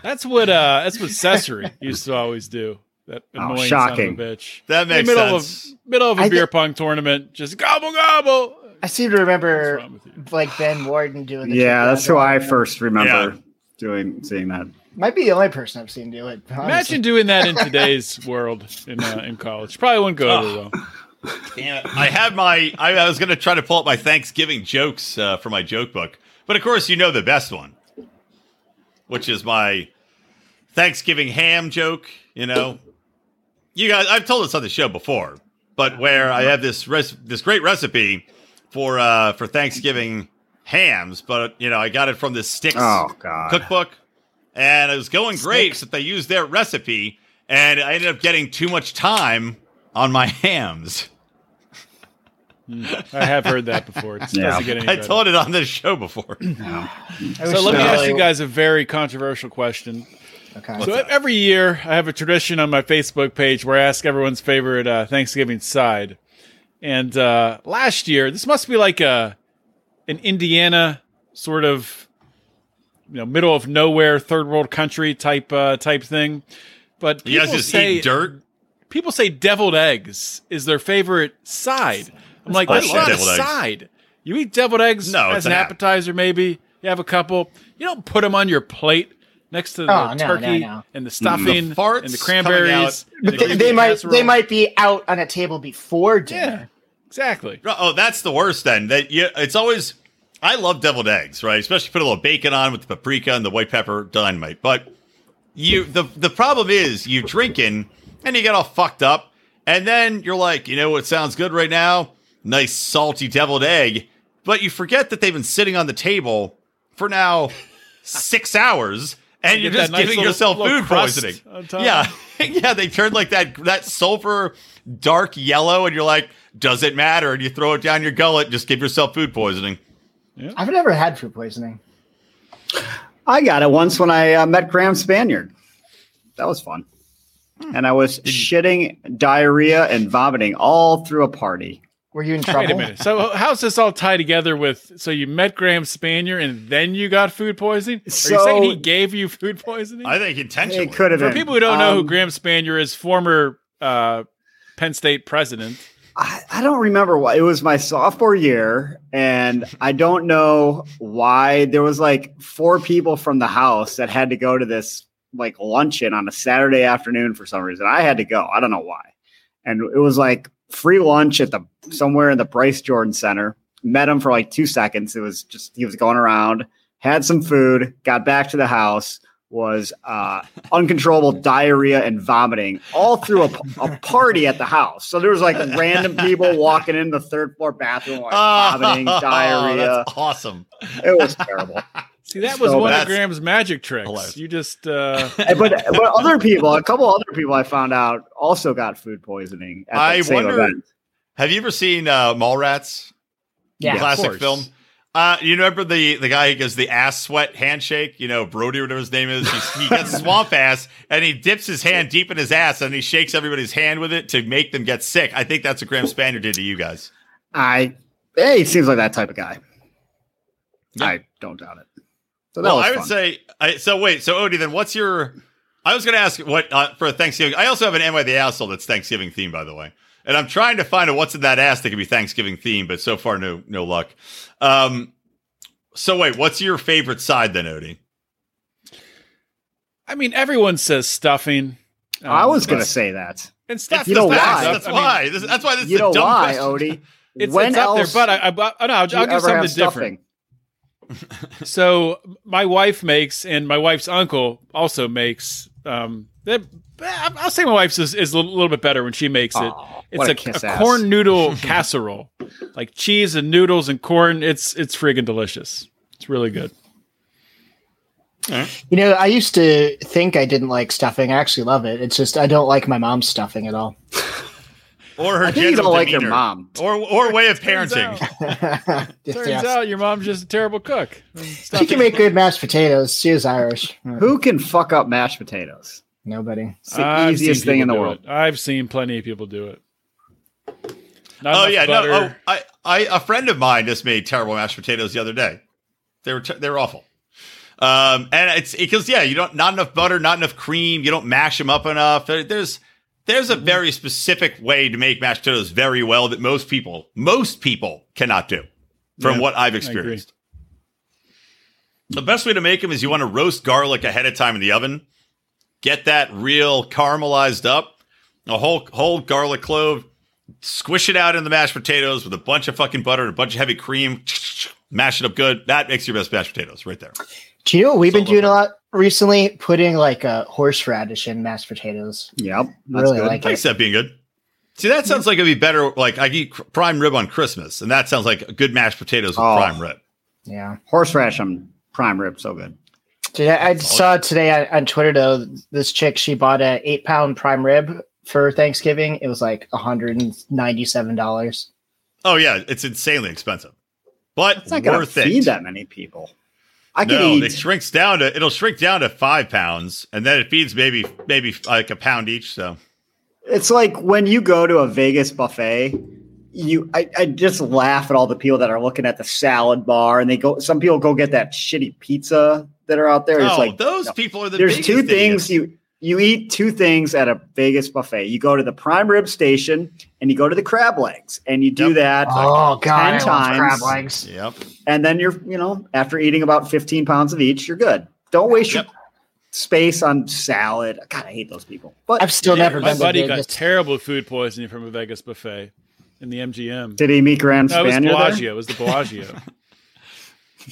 that's what uh, that's what Cesare used to always do. That
Oh,
annoying
shocking.
son of a bitch.
That
In
makes
the middle
sense.
of middle of a
I thi-
beer pong tournament, just gobble gobble.
I seem to
What's
remember
wrong with you?
like Ben Warden doing. The
yeah,
turkey
that's who
eyeball.
I first remember
Yeah.
doing seeing that.
Might be the only person I've seen do it. honestly.
Imagine doing that in today's world in uh, in college. Probably wouldn't go over
Oh.
well.
Damn it. I had my. I, I was going to try to pull up my Thanksgiving jokes uh, for my joke book, but of course, you know the best one, which is my Thanksgiving ham joke. You know, you guys. I've told this on the show before, but where I have this res- this great recipe for uh, for Thanksgiving hams, but you know, I got it from this sticks
Oh god.
cookbook, and it was going great except they used their recipe, and I ended up getting too much time on my hams.
I have heard that before. It
Yeah.
doesn't get any
I
better.
told it on this show before.
I
so
wish
let me
they
ask
really-
you guys a very controversial question.
Okay.
so every year, I have a tradition on my Facebook page where I ask everyone's favorite uh, Thanksgiving side. And uh, last year, this must be like a an Indiana sort of you know middle of nowhere third world country type uh, type thing. But
You guys
people
just
say
eat dirt.
people say deviled eggs is their favorite side. I'm like, that's
bullshit.
not a
Deviled eggs.
side. You eat deviled eggs
No,
as
it's
an
an app.
appetizer, maybe. You have a couple. You don't put them on your plate next to the
Oh, no, no,
turkey
no.
and the stuffing
farts
and the
coming out.
cranberries. and the
They, they
creamy
might
casserole.
they might be out on a table before
Yeah,
dinner.
exactly.
Oh, that's the worst. Then that you, it's always. I love deviled eggs, right? Especially put a little bacon on with the paprika and the white pepper, dynamite. But you, the the problem is you drinking and you get all fucked up, and then you're like, you know what sounds good right now? Nice salty deviled egg. But you forget that they've been sitting on the table for now six hours, and
You
you're
get
just
that nice
giving
little-
yourself
little
food
crust
poisoning.
on top.
Yeah, yeah, they turn like that that sulfur dark yellow, and you're like, does it matter? And you throw it down your gullet, and just give yourself food poisoning.
I've never had food poisoning.
I got it once when I uh, met Graham Spaniard. That was fun.
Hmm.
And I was shitting diarrhea and vomiting all through a party.
Were you in trouble?
Wait a minute. So how's this all tied together with? So you met Graham Spanier and then you got food poisoning? Are you
So-
saying he gave you food poisoning?
I think intentionally.
It could have
For
been.
people who don't know who
Um,
Graham Spanier is, former uh, Penn State president.
I, I don't remember why it was my sophomore year, and I don't know why there was like four people from the house that had to go to this like luncheon on a Saturday afternoon for some reason. I had to go. I don't know why. And it was like free lunch at the somewhere in the Bryce Jordan Center. Met him for like two seconds. It was just he was going around, had some food, got back to the house, was uh uncontrollable diarrhea and vomiting all through a, a party at the house. So there was like random people walking in the third floor bathroom, like vomiting,
Oh,
diarrhea.
That's awesome.
It was terrible.
See, that was
So
one of
that's-
Graham's magic tricks.
Hilarious.
You just uh,
And- But but other people, a couple other people I found out also got food poisoning. At
I
that same
wonder-
event.
Have you ever seen uh, Mallrats?
Yeah.
Yeah. Of
classic
course.
film. Uh, you remember the the guy who gives the ass sweat handshake? You know Brody, whatever his name is. He, he gets swamp ass, and he dips his hand deep in his ass, and he shakes everybody's hand with it to make them get sick. I think that's what Graham Spanier did to you guys.
I hey, he seems like that type of guy.
Yeah.
I don't doubt it. So that
Well,
was
I would
fun.
say. I, so wait, so Odie, then what's your? I was going to ask what uh, for Thanksgiving. I also have an NY the asshole that's Thanksgiving themed, by the way. And I'm trying to find out what's in that ass that could be Thanksgiving themed, but so far no no luck. Um, so wait, what's your favorite side then, Odie?
I mean, everyone says stuffing.
Oh,
Um,
I was going to say that.
and stuff.
You know
is
That's, that's
why?
bad. I mean,
why. this, that's why this
You
is a
know
dumb
why,
question.
Odie?
It's, it's up there, but I, I, I no, I'll,
do
I'll
you
give
ever
something
have
different.
stuffing?
So my wife makes, and my wife's uncle also makes. Um, that, I'll say my wife's is, is a little little bit better when she makes it.
Aw,
It's
what
a,
a kiss
a
ass.
corn noodle casserole, like cheese and noodles and corn. It's it's friggin' delicious. It's really good.
You know, I used to think I didn't like stuffing. I actually love it. It's just I don't like my mom's stuffing at all.
Or her
I think you
general
don't like your
demeanor.
mom.
Or or way of parenting.
Turns out, turns
Yes.
out your mom's just a terrible cook.
She can make good mashed potatoes. She is Irish.
Hmm.
Who can fuck up mashed potatoes?
Nobody.
It's the
I've
easiest
seen
thing
people
in the
do
world.
it. I've seen plenty of people do it. Not
Oh
enough
yeah,
butter.
no. Oh, I, I a friend of mine just made terrible mashed potatoes the other day. They were ter- they were awful. Um, and it's because yeah, you don't not enough butter, not enough cream. You don't mash them up enough. There- there's there's a very specific way to make mashed potatoes very well that most people most people cannot do, from
Yeah,
what I've
agree.
experienced. The best way to make them is you want to roast garlic ahead of time in the oven. Get that real caramelized up, a whole whole garlic clove, squish it out in the mashed potatoes with a bunch of fucking butter and a bunch of heavy cream. Mash it up good. That makes your best mashed potatoes right there.
Do you know what we've been
Salt
doing a lot recently? Putting like a horseradish in mashed potatoes.
Yep. That's
Really
good.
like
I
it.
that being good. See, that sounds like it'd be better. Like I eat cr- prime rib on Christmas, and that sounds like a good mashed potatoes with
Oh.
prime rib.
Yeah.
Horseradish on prime rib, so good.
Dude, I, I saw today on, on Twitter though this chick she bought a eight pound prime rib for Thanksgiving. It was like one hundred and ninety seven dollars.
Oh yeah, it's insanely expensive, but
It's not going to
worth
feed
it.
that many people. I could
no, it
eat.
shrinks down to it'll shrink down to five pounds, and then it feeds maybe maybe like a pound each. So
It's like when you go to a Vegas buffet, you I, I just laugh at all the people that are looking at the salad bar and they go some people go get that shitty pizza that are out there.
oh,
it's like
those
no.
people are the
there's
biggest
two
idiots.
things you you eat two things at a Vegas buffet. You go to the prime rib station and you go to the crab legs and you do
Yep.
that
Oh god,
Ten times.
legs.
Yep.
and then you're you know after eating about 15 pounds of each, you're good. Don't waste
Yep.
your space on salad. God, I hate those people. But
I've still never
My
been to
buddy got
Vegas.
terrible food poisoning from a Vegas buffet in the MGM.
did he meet Grand
No, it was
Spaniard? there?
Bellagio. It was the Bellagio.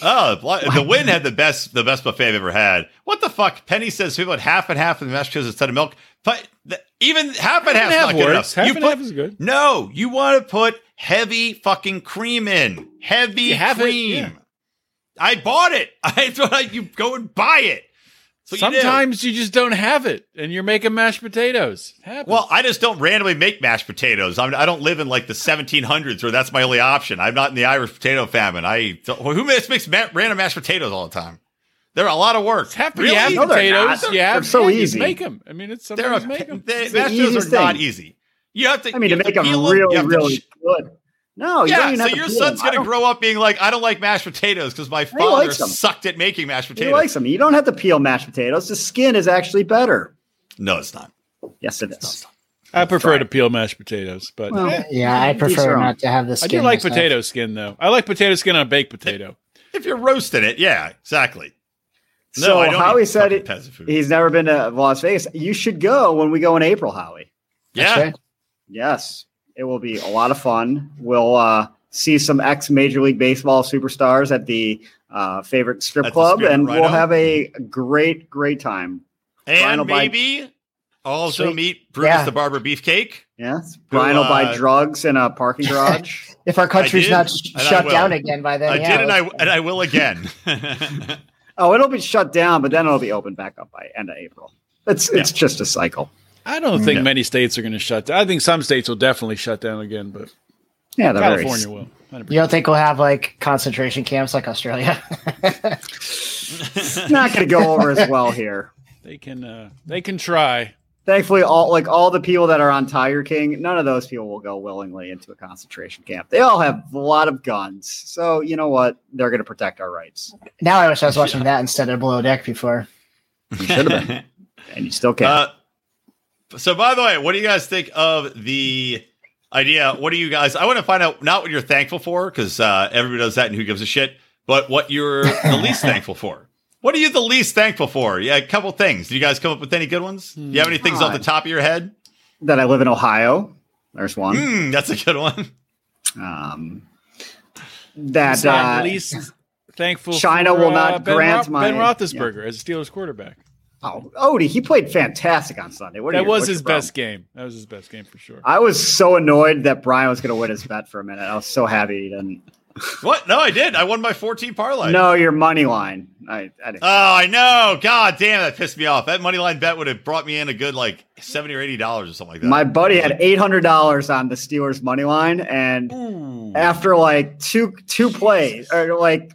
Oh, the Bla- the Win had the best the best buffet I've ever had. What the fuck? Penny says people had half and half of the mashed potatoes instead of milk, but th- even half and half is
half
not good
works.
enough.
Half
you
and
put,
half is good.
No, you want to put heavy fucking cream in heavy
You have it,
cream.
yeah.
I bought it. I thought you go and buy it. That's what you do.
Sometimes you, just don't have it, and you're making mashed potatoes. It happens.
Well, I just don't randomly make mashed potatoes. I'm, I don't live in like the 1700s where that's my only option. I'm not in the Irish potato famine. I who makes, makes ma- random mashed potatoes all the time? They're a lot of work.
half
Really?
you have
No, they're
potatoes.
not.
You have
They're so
yeah, you
easy.
Make them. I mean, it's
They're a,
sometimes make
they,
them.
mashed
the
potatoes
easiest
are not
thing.
easy. You have to.
I mean,
you
to
have
make them
peel
really,
you have to
really
sh-
good. No, Oh, you
yeah,
don't even
so
have to
your
peel
son's
them. I
gonna
don't-
grow up being like, I don't like mashed potatoes because my father
likes 'em.
sucked at making mashed
He
potatoes.
likes them. You don't have to peel mashed potatoes. The skin is actually better.
no, it's not.
Yes, it is.
I prefer
Right.
to peel mashed potatoes, but
Well,
Oh, Yeah, I
Each their
prefer
own.
not to have this.
I do like potato skin though. I like potato skin on a baked potato.
If you're roasting it, yeah, exactly. No,
so
I don't
Howie
eat
said
fucking
it,
peasant food.
he's never been to Las Vegas. You should go when we go in April, Howie.
Yeah,
Yes, it will be a lot of fun. We'll uh, see some ex Major League Baseball superstars at the uh, favorite strip
At the
club,
Spirit
and
Rhino.
we'll have a great, great time. Brian will
and
buy-
maybe also
Sweet.
meet Bruce
Yeah.
the Barber Beefcake.
Yes, Brian will buy
uh,
drugs in a parking garage.
If our country's
did,
not sh-
and I
shut
will.
down again by then,
I
yeah,
did, and I
let's-
and I will again.
oh, it'll be shut down, but then it'll be open back up by end of April. It's it's just a cycle.
I don't think
Yeah.
many states are going to shut down. I think some states will definitely shut down again, but
Yeah, they're very
California will. 100%.
you don't think we'll have like concentration camps like Australia?
it's not going to go over as well here.
They can uh, they can try.
Thankfully, all like all the people that are on Tiger King, none of those people will go willingly into a concentration camp. They all have a lot of guns, so you know what? They're going to protect our rights,
now I wish I was watching that instead of Below Deck before.
and you still can't.
uh, so, by the way, what do you guys think of the idea? What do you guys? I want to find out not what you're thankful for because uh, everybody does that, and who gives a shit, but what you're the least thankful for. What are you the least thankful for? Yeah, a couple things. Did you guys come up with any good ones? Do you have any things off the
God.
Hmm.
top of your head?
That I live in Ohio. There's one.
Hmm, that's a good one.
Hmm.
Um, that
It's not
uh,
at least thankful.
China
for,
will
uh,
not
ben
grant
Ro-
my-
Ben Roethlisberger as a Steelers quarterback.
oh, Odie, he played fantastic on Sunday. What are
That
you-
was
what's
his
your problem? Uh,
best game. That was his best game for sure.
I was so annoyed that Brian was going to win his bet for a minute. I was so happy he didn't.
What? No, I did. I won my 14 parlay.
No, your money line. I, I didn't.
Oh, I know. God damn, that pissed me off. That money line bet would have brought me in a good like 70 or 80 dollars or something like that.
My buddy had eight hundred dollars on the Steelers money line, and after like two two plays or like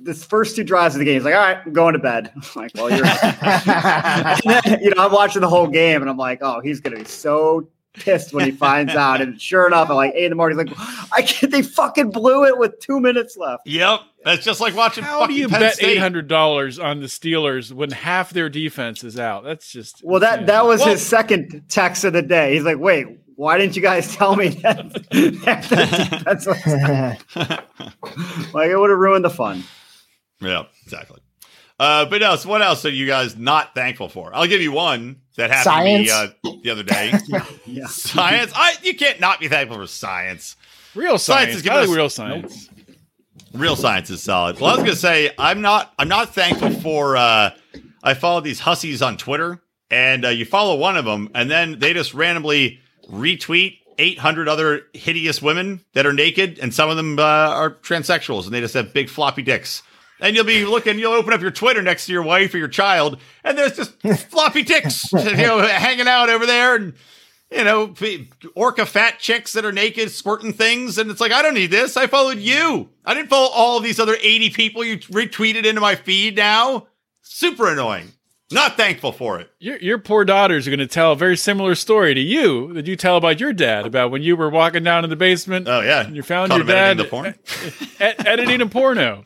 this first two drives of the game, he's like, "All right, I'm going to bed." I'm like, well, you're, And then, you know, I'm watching the whole game, and I'm like, "Oh, he's gonna be so." Pissed when he finds out, and sure enough, at like eight in the morning, he's like, "I can't." They fucking blew it with two minutes left.
Yep. That's just like watching
How do
fucking
you
Penn
bet
State.
eight hundred dollars on the Steelers when half their defense is out? That's just
Well, that
insane.
that was
Well-
his second text of the day. He's like, "Wait, why didn't you guys tell me that?" that that's what, like it would have ruined the fun.
Yeah, exactly. Uh, but else, what else are you guys not thankful for? I'll give you one that happened
Science?
to me uh, the other day.
Yeah.
science. I you can't not be thankful for science.
real
Science
science.
is
science
giving us-
real science.
Real science is solid. Well, I was gonna say I'm not I'm not thankful for uh I follow these hussies on Twitter and uh, you follow one of them and then they just randomly retweet 800 other hideous women that are naked and some of them uh, are transsexuals and they just have big floppy dicks. And you'll be looking, you'll open up your Twitter next to your wife or your child and there's just floppy dicks you know hanging out over there and you know, p- orca fat chicks that are naked squirting things. And it's like, I don't need this. I followed you. I didn't follow all of these other 80 people you retweeted into my feed now. Super annoying. Not thankful for it.
Your, your poor daughters are going to tell a very similar story to you that you tell about your dad about when you were walking down in the basement
Oh, yeah.
and you found
Caught
your
him editing
dad
The porn.
e- editing a porno.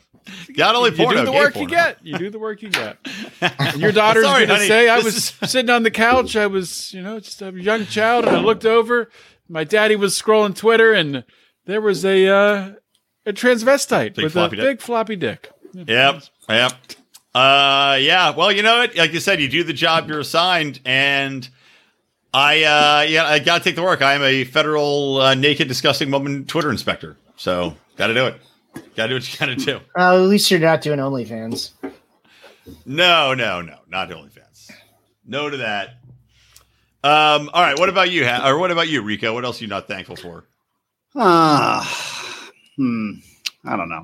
Not only porno,
you do the
gay
work
porno.
you get. You do the work you get. And your daughter's
Sorry,
going to
honey,
say, "I
this
was
is-
sitting on the couch. I was, you know, just a young child, and I looked over. My daddy was scrolling Twitter, and there was a uh, a transvestite
Big
with a
floppy dick.
big floppy dick."
Yep. Yep. Uh, yeah. Well, you know what? Like you said, you do the job you're assigned, and I, uh, yeah, I gotta take the work. I am a federal uh, naked, disgusting woman Twitter inspector, so gotta do it. Gotta do what you gotta do.
Uh, at least you're not doing OnlyFans.
No, no, no, not OnlyFans. No to that. Um, all right. What about you, ha- or what about you, Rico? What else are you not thankful for?
Ah, hmm. I don't know.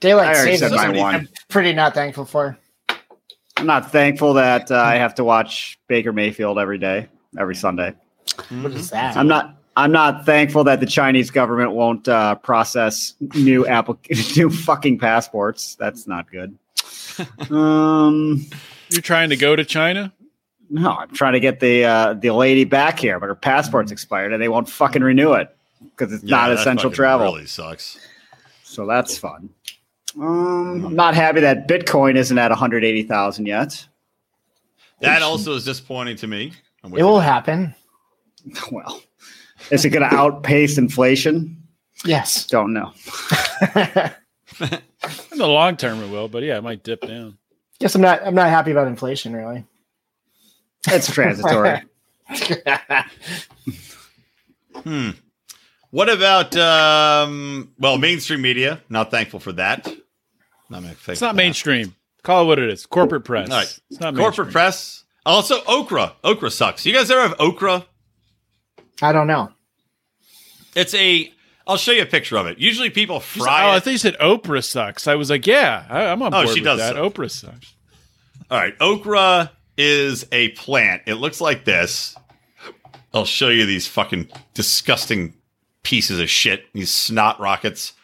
Daylight
I already
Savings
said
is
my
something
one.
I'm pretty not thankful for.
I'm not thankful that uh, I have to watch Baker Mayfield every day, every Sunday.
What
Mhm.
is that?
I'm not. I'm not thankful that the Chinese government won't uh, process new applic- new fucking passports. That's not good. Um,
You're trying to go to China.
no, I'm trying to get the uh, the lady back here, but her passport's expired and they won't fucking renew it because it's
Mm-hmm. Yeah,
not
that
essential
fucking
travel.
Really sucks.
So that's fun. Um, I'm not happy that Bitcoin isn't at 180,000 yet.
That also is disappointing to me. I'm with
it
you.
will happen.
Well, is it going to outpace inflation?
Yes.
Don't know.
In the long term, it will, but yeah, it might dip down.
Guess I'm not. I'm not happy about inflation, really.
It's transitory.
Hmm. What about um well mainstream media? Not thankful for that. Not thankful
It's not
for that.
mainstream. Call it what it is. Corporate press.
All right.
It's not
Corporate
mainstream.
press. Also okra. Okra sucks. You guys ever have okra?
I don't know.
It's a I'll show you a picture of it. Usually people
Oh, I
fry it.
think you said Oprah sucks. I was like, yeah, I, I'm on
Oh,
board
she
with
does
that.
suck.
Oprah sucks.
All right. Okra is a plant. It looks like this. I'll show you these fucking disgusting pieces of shit. These snot rockets.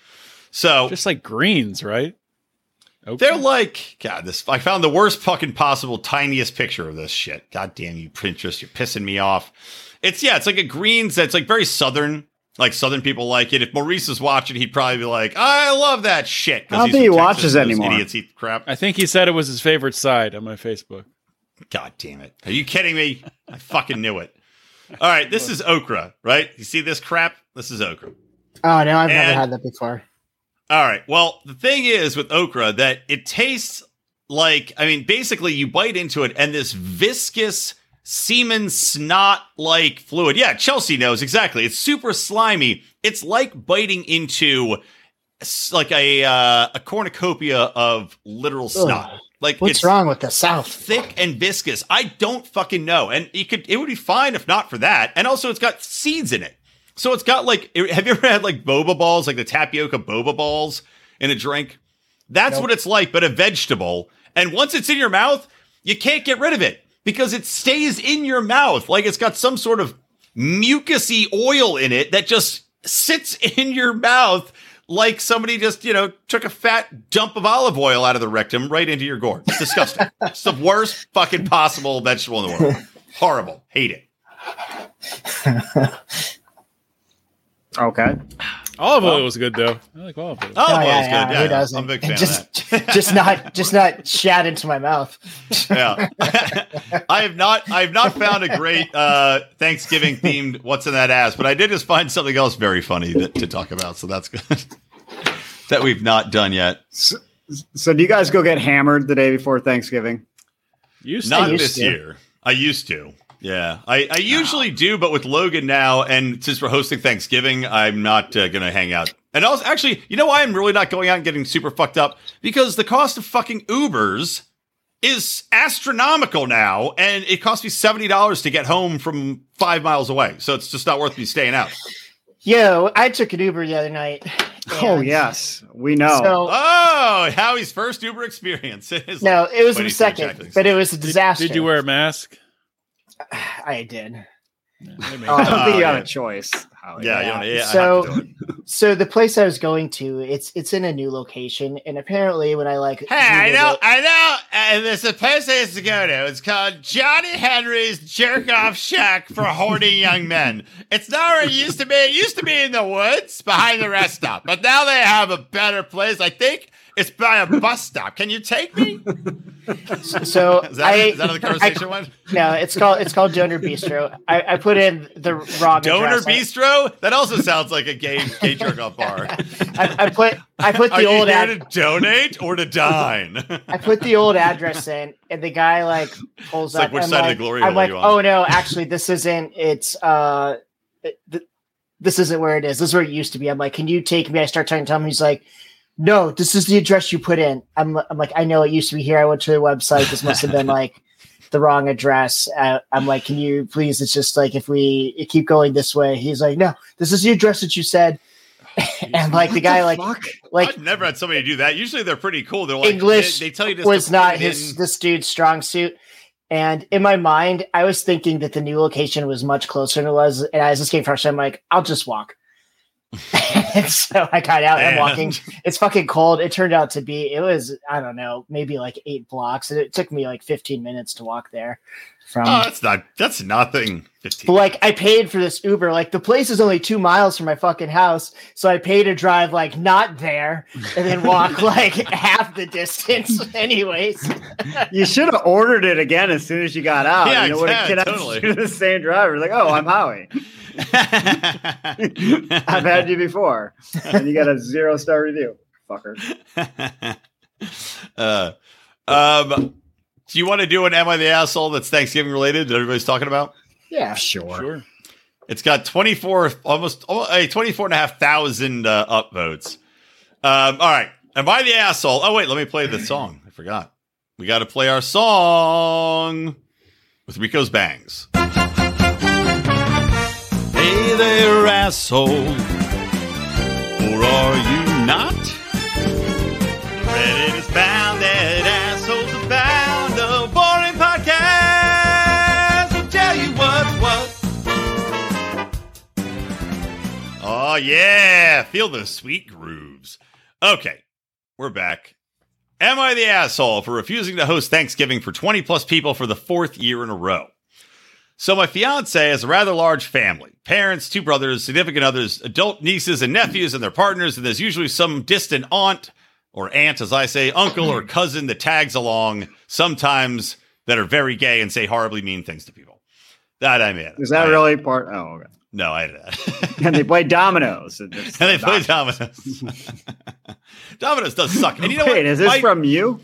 So
Just like greens, right?
They're like, God, this. I found the worst fucking possible tiniest picture of this shit. God damn you, Pinterest, you're pissing me off. It's yeah, it's like a greens that's like very southern. Like southern people like it. If Maurice is watching, he'd probably be like, "I love that shit." 'cause
I don't
he's
think
from
he
Texas
watches
and those
anymore.
Idiots eat crap.
I think he said it was his favorite side on my Facebook.
God damn it! Are you kidding me? I fucking knew it. All right, this is okra, right? You see this crap? This is okra.
Oh no, I've never
And-
had that before.
All right. Well, the thing is with okra that it tastes like I mean, basically you bite into it and this viscous semen snot like fluid. Yeah, Chelsea knows exactly. It's super slimy. It's like biting into s- like a uh, a cornucopia of literal snot. Like
What's
it's
wrong with the South?
thick and viscous. I don't fucking know. And you could it would be fine if not for that. And also it's got seeds in it. So it's got like it- have you ever had like boba balls, like the tapioca boba balls in a drink? That's what it's like, but a vegetable. And once it's in your mouth, you can't get rid of it because it stays in your mouth. Like it's got some sort of mucousy oil in it that just sits in your mouth like somebody just, you know, took a fat dump of olive oil out of the rectum right into your gourd. It's disgusting. it's the worst fucking possible vegetable in the world. Horrible. Hate it.
Okay.
Olive oil was good though. I like olive oil.
Olive
Oh,
oil's good. Yeah,
who doesn't?
I'm a big fan of that.
just, just not, just not shat into my mouth.
yeah. I have not I have not found a great uh Thanksgiving themed what's in that ass, but I did just find something else very funny that, to talk about, so that's good. that we've not done yet.
So do you guys go get hammered the day before Thanksgiving?
You
Not
used
this
to.
year. I used to. Yeah, I, I usually do, but with Logan now, and since we're hosting Thanksgiving, I'm not uh, going to hang out. And also, actually, you know why I'm really not going out and getting super fucked up? Because the cost of fucking Ubers is astronomical now, and it costs me seventy dollars to get home from five miles away. So it's just not worth me staying out.
Yo, I took an Uber the other night.
Oh
and
yes, we know.
So
Oh, Howie's first Uber experience. It is
no,
like
it was
when
the
he's doing
second,
checklists.
but it was a disaster.
Did you wear a mask?
I did.
Yeah, that makes-
Oh,
I don't think you
yeah.
have a choice. Howie.
Uh, yeah, you
yeah.
don't, Ah, yeah I have
So-
to do it.
So the place I was going to, it's it's in a new location, and apparently when I like,
Hey, I
Googled
know,
it-
I know, and there's a place I used to go to. It's called Johnny Henry's Jerk Off Shack for Horny Young Men. It's not where it used to be. It used to be in the woods behind the rest stop, but now they have a better place. I think it's by a bus stop. Can you take me?
so
Is that,
I,
is that how the conversation went?
I, no, it's called it's called Donor Bistro. I, I put in the wrong
Donor
address. I-
Bistro? That also sounds like a gay, gay jerk off bar.
I, I put I put
Are
the
you
old
here
ad.
to donate or to dine?
I put the old address in, and the guy like pulls
It's like,
up.
which
I'm
side of the
like-
glory
I'm
hole are
like,
you on?
oh no, actually, this isn't. It's uh, it- th- this isn't where it is. This is where it used to be. I'm like, can you take me? I start trying to tell him. He's like, no, this is the address you put in. I'm, I'm like, I know it used to be here. I went to the website. This must have been like the wrong address. Uh, I'm like, can you please? It's just like if we keep going this way. He's like, no, this is the address that you said. and like the guy, like,
fuck?
like
I've never had somebody do that. Usually they're pretty cool. They're like
English
They, they tell you just
was
to
not
put it
his
in-
this dude's strong suit. And in my mind, I was thinking that the new location was much closer than it was. And as this came first, I'm like, I'll just walk. and so I got out and I'm walking. It's fucking cold. It turned out to be it was I don't know maybe like eight blocks, and it took me like 15 minutes to walk there. From
Oh, that's not. That's nothing.
but
Fifteen.
like I paid for this Uber. Like the place is only two miles from my fucking house, so I paid to drive like not there, and then walk like half the distance. Anyways,
You should have ordered it again as soon as you got out.
Yeah,
you know, when
yeah,
a kid has
totally.
to do the same driver, like, oh, I'm Howie. I've had you before, and you got a zero star review, fucker.
uh, um, do you want to do an "Am I the asshole?" That's Thanksgiving related that everybody's talking about.
yeah.
sure.
It's got 24, almost, almost hey, 24 and a half thousand uh, upvotes. Um, all right. Am I the asshole? Oh, wait, let me play the song. I forgot. We got to play our song with Rico's Bangs. Hey there, asshole. Or are you not? Reddit is bound that assholes are bound. A boring podcast will tell you what's what. Oh yeah, feel the sweet grooves. Okay, we're back. Am I the asshole for refusing to host Thanksgiving for 20 plus people for the fourth year in a row? So my fiance has a rather large family. Parents, two brothers, significant others, adult nieces and nephews and their partners, and there's usually some distant aunt or aunt as I say, uncle or cousin that tags along sometimes that are very gay and say horribly mean things to people. That I'm in.
Is that
I-
really part? Oh, okay.
No, I did that.
And they play dominoes. And
And they play Domino's. Domino's does suck. And you know
Wait,
what?
is this
My-
from you?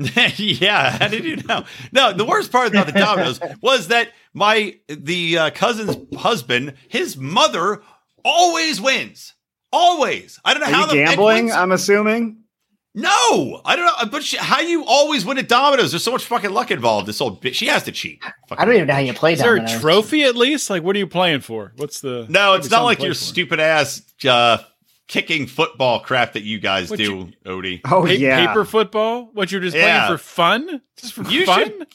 yeah, how did you know? No, the worst part about the Domino's was that my the uh, cousin's husband, his mother, always wins. Always. I don't know
Are
how
you
the
gambling? Uh,
Wins.
I'm assuming.
No, I don't know. But she, how you always win at Domino's? There's so much fucking luck involved. This old bitch, she has to cheat.
I don't even know how you play
Is there a
dominoes.
trophy at least? Like, what are you playing for? What's the?
No, it's not
maybe something
like
to
your
play for.
stupid ass uh, kicking football crap that you guys
What
do,
you-
Odie.
Oh
Pa-
yeah.
paper football. What you're just
Yeah.
playing for fun? Just for
You
fun?
should-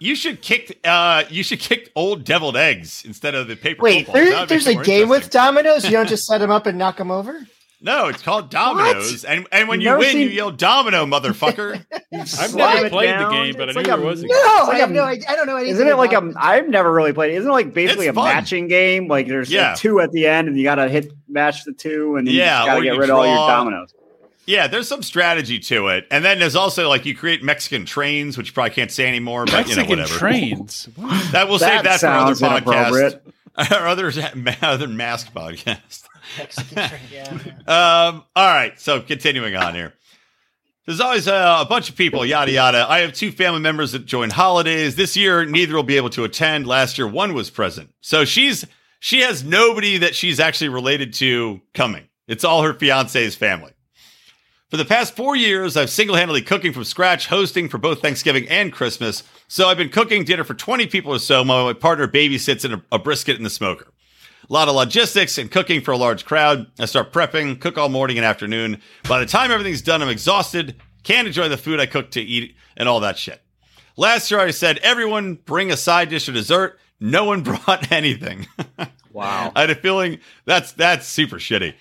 You should kick. Uh, you should kick old deviled eggs instead of the paper.
Wait,
football.
there-
That would
there's
make it
a
more
game with
interesting.
dominoes. You don't just set them up and knock them over.
No, it's called Dominoes, and and when you
Never
win, you
seen-
yell Domino, motherfucker.
I've
Slam
never
it
played the
down.
game, but
It's
I
like
knew
a-
there was a
No,
game.
I
like
have
a-
no idea. I don't know anything.
Isn't it like
about
a? I've never really played. Isn't it like basically
It's
a
fun.
matching game? Like there's like,
Yeah.
two at the end, and you gotta hit match the two, and then
Yeah,
you just gotta
or
get
you
rid of all your
draw.
dominoes.
yeah, there's some strategy to it, and then there's also like you create Mexican trains, which you probably can't say anymore, but
Mexican
you know whatever.
trains. What?
That we'll
That
save that for other
sounds
podcast,
inappropriate.
our other other mask podcast.
Mexican train, yeah.
Um, all right, so continuing on here. There's always uh, a bunch of people, yada yada. I have two family members that join holidays this year. Neither will be able to attend. Last year, one was present. So she's she has nobody that she's actually related to coming. It's all her fiance's family. For the past four years, I've single handedly cooking from scratch, hosting for both Thanksgiving and Christmas. So I've been cooking dinner for 20 people or so. while My partner babysits in a, a brisket in the smoker. A lot of logistics and cooking for a large crowd. I start prepping, cook all morning and afternoon. By the time everything's done, I'm exhausted, can't enjoy the food I cook to eat, and all that shit. Last year, I said, everyone bring a side dish or dessert. No one brought anything.
Wow,
I had a feeling that's that's super shitty.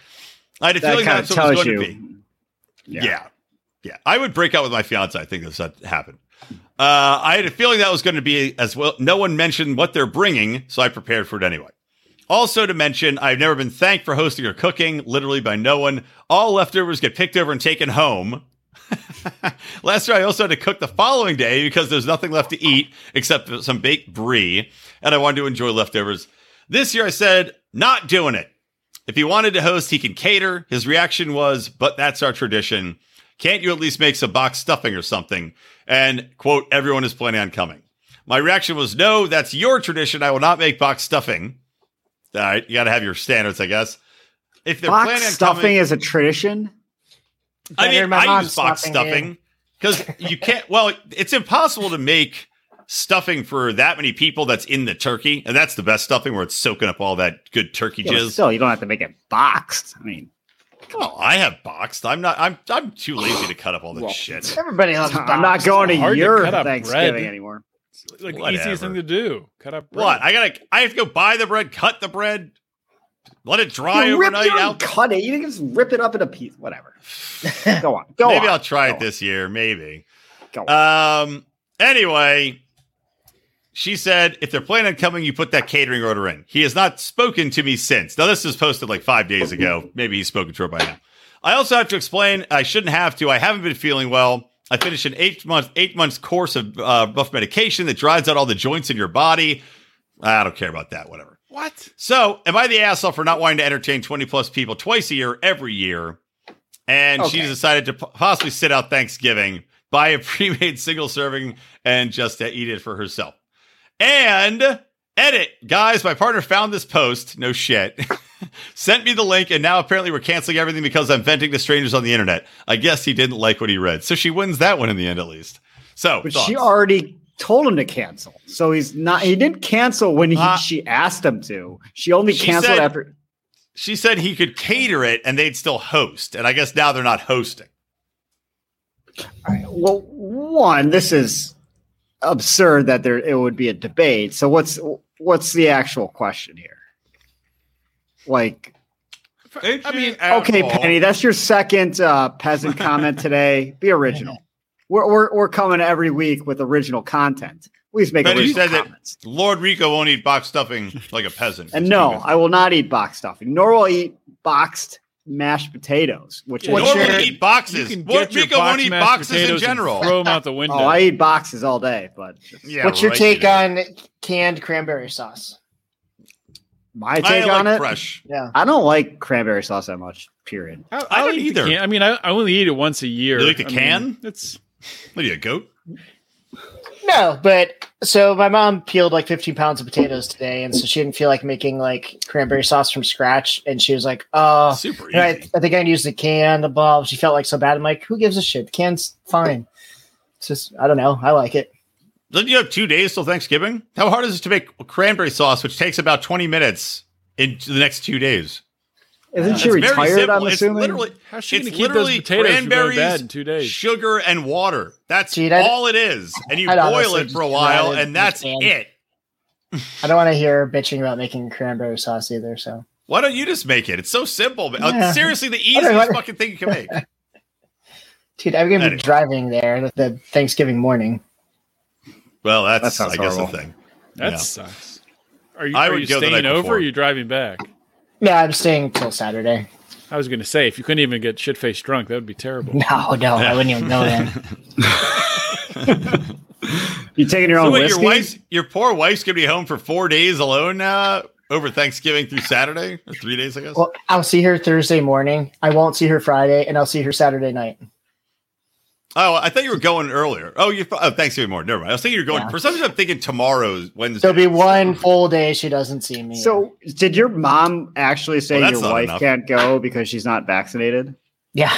I had a
that
feeling
kind of
that's what it was
tells
going to be.
you.
Yeah. yeah. I would break up with my fiance. I think this had happened. Uh, I had a feeling that was going to be as well. No one mentioned what they're bringing, so I prepared for it anyway. Also, to mention, I've never been thanked for hosting or cooking, literally by no one. All leftovers get picked over and taken home. Last year, I also had to cook the following day because there's nothing left to eat except some baked brie, and I wanted to enjoy leftovers. This year, I said, not doing it. If he wanted to host, he can cater. His reaction was, but that's our tradition. Can't you at least make some box stuffing or something? And, quote, everyone is planning on coming. My reaction was, no, that's your tradition. I will not make box stuffing. All right, you got to have your standards, I guess. If they're
Box
planning on
stuffing
coming,
is a tradition.
I
Better
mean,
my
I
mom's
use box stuffing
stuffing
because you can't. Well, it's impossible to make stuffing for that many people that's in the turkey, and that's the best stuffing where it's soaking up all that good turkey
Yeah, but
jizz.
still, you don't have to make it boxed. I mean,
Oh, I have boxed. I'm not. I'm. I'm too lazy to cut up all that shit.
Everybody loves.
I'm not going to
Hard to
your
cut up
Thanksgiving
bread.
anymore.
Like the
Whatever.
easiest thing to do. Cut up. bread.
What? I gotta. I have to go buy the bread, cut the bread, let it dry
You rip
overnight.
it
Out.
and cut it. You can just rip it up into pieces. Whatever. go on. Go
Maybe
on.
I'll try
Go
it
on.
this year. Maybe.
Go on.
Um. Anyway, she said, if they're planning on coming, you put that catering order in. He has not spoken to me since. Now, this was posted like five days ago. Maybe he's spoken to her by now. I also have to explain. I shouldn't have to. I haven't been feeling well. I finished an eight month eight months course of uh, buff medication that dries out all the joints in your body. I don't care about that. Whatever.
What?
So, am I the asshole for not wanting to entertain 20 plus people twice a year, every year? And she's decided to po- possibly sit out Thanksgiving, buy a pre made single serving, and just to eat it for herself. And edit, guys, my partner found this post. No shit. Sent me the link, and now apparently we're canceling everything because I'm venting to strangers on the internet. I guess he didn't like what he read. So she wins that one in the end, at least. So,
But
thoughts?
she already told him to cancel. So he's not. He didn't cancel when he,
Uh,
she asked him to. She only
she
canceled
said-
after.
she said he could cater it and they'd still host. And I guess now they're not hosting.
Well, one, this is absurd that there it would be a debate. So what's what's the actual question here? Like,
I mean,
okay, Penny, that's your second uh, peasant comment today. Be original. We're, we're we're coming every week with original content. Please make
Penny
original
said that-
comments.
Lord Rico won't eat box stuffing like a peasant.
and no, I will not eat box stuffing. Nor will I eat boxed mashed potatoes. Which
Nor
is
Lord
What's
will
your-
eat boxes. Lord Rico won't eat
mashed
boxes in
potatoes and
general.
Throw them out the window.
oh, I eat boxes all day, but
Yeah,
What's your
right,
take
you know.
on canned cranberry sauce?
my take
I
on
like
it,
fresh.
Yeah.
I don't like cranberry sauce that much. Period.
I,
I don't
eat the
either.
can- I mean, I, I only eat it once a year.
You like the
I mean,
can?
it's
What are you, a goat?
No, but so my mom peeled like 15 pounds of potatoes today, and so she didn't feel like making like cranberry sauce from scratch. And she was like,
Uh,
"Oh,
Super
and I,
easy.
I think I used the can." The blah. She felt like so bad. I'm like, "Who gives a shit? The can's fine." It's just I don't know. I like it.
Don't you have two days till Thanksgiving? How hard is it to make cranberry sauce, which takes about 20 minutes in the next two days?
Isn't she
It's very
retired?
simple.
I'm
It's
assuming.
literally,
How's she
it's
gonna keep those
literally
potatoes from going
cranberries,
bad in two days?
sugar, and water. That's
Dude, I'd-
all it is. And you
I'd
boil
honestly
it for a
just
while,
rather
and that's
understand.
it.
I don't want to hear her bitching about making cranberry sauce either. So
Why don't you just make it? It's so simple. but- uh,
Yeah.
seriously, the
don't know.
easiest fucking thing you can make.
dude, I'm gonna be
Anyway.
driving there the, the Thanksgiving morning.
Well, that's,
sounds
I guess, the
horrible.
thing.
That
Yeah.
sucks. Are you,
I
are
would
you
go the
staying
night
over or
before.
are you driving back?
Yeah, I'm staying till Saturday.
I was going to say, if you couldn't even get shit faced drunk, that would be terrible.
No, no, I wouldn't even know then.
You taking your
So
own
wait,
whiskey?
your wife's, your poor wife's gonna be home for four days alone uh, over Thanksgiving through Saturday, or three days, I guess.
Well, I'll see her Thursday morning. I won't see her Friday, and I'll see her Saturday night.
oh, I thought you were going earlier. Oh, you oh, Thanksgiving morning. Never mind. I was thinking you're going.
Yeah.
For some reason, I'm thinking tomorrow's Wednesday.
There'll be one full day she doesn't see me.
So, did your mom actually say
Well, that's
your
not
wife
enough.
can't go because she's not vaccinated?
yeah,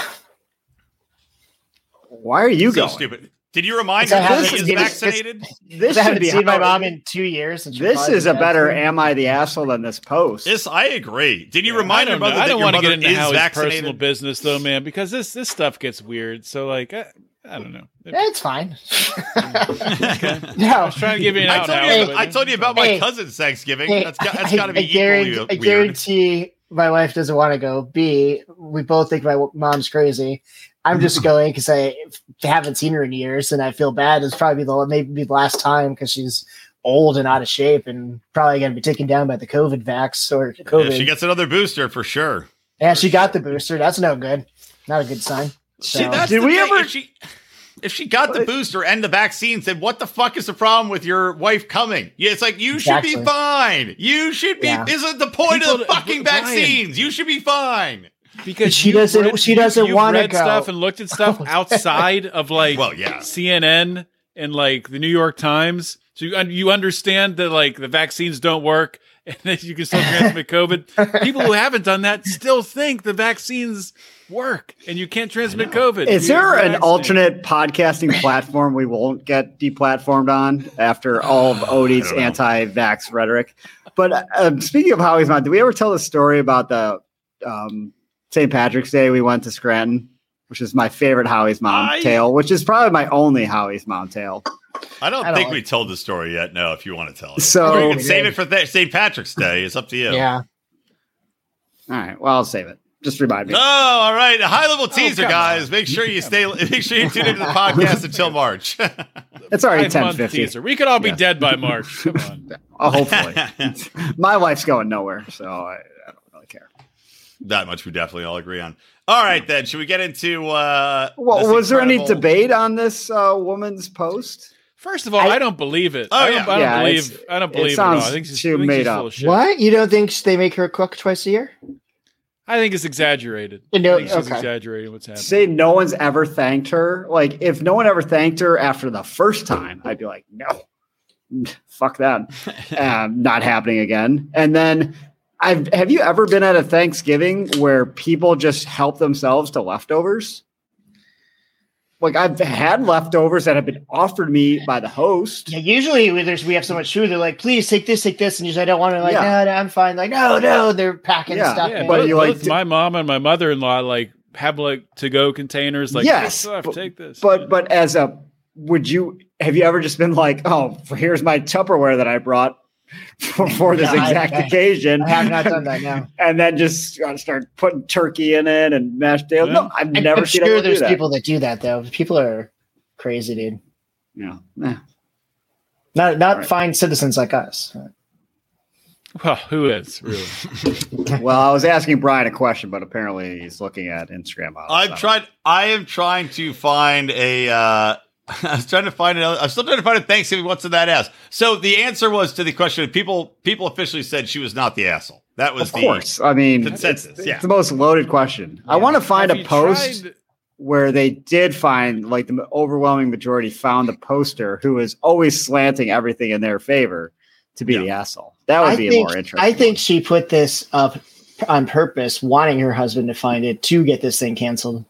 Why are you
so
going?
stupid. Did you remind
So
her
I
that
haven't
she is
given-
vaccinated?
This
I
should
haven't
be
seen my
how-
mom in two years. And she'll
This
probably
is
be
a better
dead.
"Am I the asshole" than this post.
Yes, I agree. Did you remind
I
your
don't know.
mother
I
that
don't
your
want to
mother
get into
is
how his personal
vaccinated?
business, though, man, because this this stuff gets weird. So, like, I, I don't know.
Eh, It's fine.
I
no,
was trying to give you an
I
out.
told,
now,
you,
but-
I told you about my
Hey.
cousin's Thanksgiving.
Hey,
that's got, that's got to be
I guarantee,
equally
I
weird.
guarantee my wife doesn't want to go. B, we both think my w- mom's crazy. I'm just going because I haven't seen her in years, and I feel bad. It's probably the maybe be the last time because she's old and out of shape, and probably going to be taken down by the COVID vax or COVID.
Yeah, she gets another booster for sure.
got the booster. That's no good. Not a good sign. So,
See, that's
Did
the
we
thing.
ever-
If she, if she got the
What?
booster and the vaccines, then what the fuck is the problem with your wife coming? Yeah, it's like you should be
Exactly.
fine. You should be.
Yeah.
Isn't the point
People
of the
don't-
fucking
Ryan.
vaccines? You should be fine.
because
she
you've
doesn't- she
you've-
doesn't
you've
wanna
read
go.
stuff and looked at
Oh,
stuff outside of like
Well, yeah.
CNN and like the New York Times. So you, un- you understand that like the vaccines don't work and that you can still transmit COVID. People who haven't done that still think the vaccines work and you can't transmit COVID.
Is
You-
there
you're
an
vaccinated.
alternate podcasting platform we won't get deplatformed on after all of Odie's
don't know.
anti-vax rhetoric? But um, speaking of Howie's mom, did we ever tell the story about the um, St. Patrick's Day we went to Scranton, which is my favorite Howie's mom
I-
tale, which is probably my only Howie's mom tale.
I don't
I don't
think
like-
we told the story yet. No, if you want to tell it, or you
So,
can save it for th- St. Patrick's Day. It's up to you.
yeah.
all right, well, I'll save it. Just remind me.
Oh, all right. A high
Oh,
level teaser,
come
guys. Make sure you stay. Make sure you tune into the podcast until March.
It's already ten
Five-month
fifty.
teaser. We could all be
Yeah.
dead by March. Come on.
Oh, hopefully, my wife's going nowhere, so I, I don't really care.
that much we definitely all agree on. All right, then. Should we get into? uh
Well,
this
was there any
incredible-
debate on this uh, woman's post?
First of all, I,
I-
don't believe it.
Oh,
I don't,
yeah.
I don't
Yeah, it's-
believe. I don't
it
believe it, at all. I
sounds
think she's,
too
I think she's
made
full
up.
of shit.
What? You don't think they make her cook twice a year?
I think it's exaggerated.
You know-
I think she's
okay.
exaggerating what's happening.
Say no one's ever thanked her. Like, if no one ever thanked her after the first time, I'd be like, no, fuck that, um, not happening again. And then, I've have you ever been at a Thanksgiving where people just help themselves to leftovers? Like, I've had leftovers that have been offered me by the host.
Yeah, usually when there's we have so much food, they're like, please take this, take this, and you say, I don't want to, like,
Yeah.
no, no, I'm fine. Like, no, no, they're packing
Yeah,
stuff.
yeah,
in.
but
both,
you, like,
both
d-
my mom and my mother in law like have like to go containers. Like
Yes,
take stuff,
but-
take this.
But but as a would you have you ever just been like, oh, here's my Tupperware that I brought for, for this
No, I-
exact
I-
occasion,
I have not done that now.
and then just gotta start putting turkey in it and mashed potatoes.
Yeah.
No, I've
I'm-
never
I'm
seen
sure
anyone
there's
do that.
people that do that though. People are crazy, dude.
Yeah. Eh.
Not not
Right.
fine citizens like us.
well, who is really?
Well, I was asking Brian a question, but apparently he's looking at Instagram. models.
i have tried. I am trying to find a. uh I was trying to find another. I'm still trying to find a Thanksgiving. What's in that ass? So the answer was to the question. People people officially said she was not the asshole. That was
Of
the
course, I mean, it's,
consensus, yeah.
it's the most loaded question. I want to find
Have
a
you
post.
tried-
where they did find like the overwhelming majority found the poster who is always slanting everything in their favor to be the asshole. That would
I
be
think,
a more interesting.
I think
one.
she put this up on purpose, wanting her husband to find it to get this thing canceled.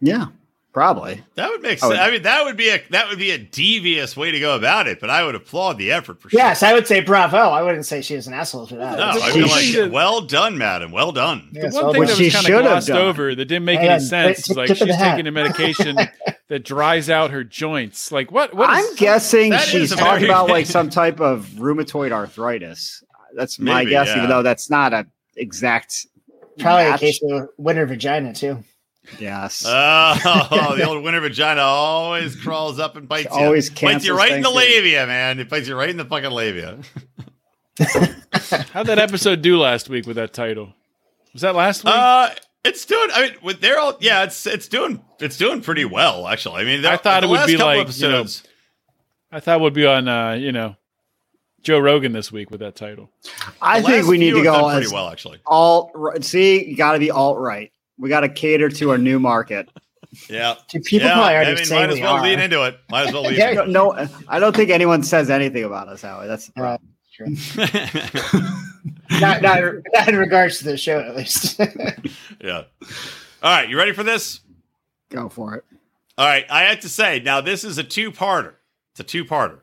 yeah, probably.
That would make
I
sense.
would-
I mean, that would be a that would be a devious way to go about it, but I would applaud the effort for sure.
Yes, I would say bravo. I wouldn't say she is an asshole for that.
No,
It's a
I'd be
shame that-
like, well done, madam. Well done.
Yeah,
The
so I
one thing
would-
what
that
she
was kind
should
of
have
glossed
done.
over that didn't make
Man,
any sense
it's
is like
tip of the
she's
hat.
taking a medication that dries out her joints. Like what? What
I'm
is-
guessing
That
she's
is a
talking
very-
about like some type of rheumatoid arthritis. That's my
Maybe,
guess,
yeah.
even though that's not an exact.
Probably
match.
a case of winter vagina too.
Yes.
Oh, the old winter vagina always crawls up and bites you.
always
bites you
cancels
right in the
Thanksgiving.
labia, man. It bites you right in the fucking labia.
How'd that episode do last week with that title? Was that last week?
Uh, it's doing. I mean, with they're all. Yeah, it's it's doing it's doing pretty well actually. I mean,
I
the-
thought
the
it would
last
be
couple
like, you
episodes.
I thought we'd be on, uh, you know, Joe Rogan this week with that title.
I
the
think
last
we need
few
to
have
go
done pretty
as
well actually.
alt. Right. See, you got to be alt right. We got to cater to our new market.
Yeah,
Dude, people
yeah.
probably
I
already
mean,
say
might as
we
well
are.
lean into it. Might as well lean
Yeah,
into it.
No, I don't think anyone says anything about us, Howie. That's the problem.
Uh, not, not, not in regards to the show, at least.
yeah. All right, you ready for this?
Go for it.
All right, I have to say now this is a two-parter. It's a two-parter.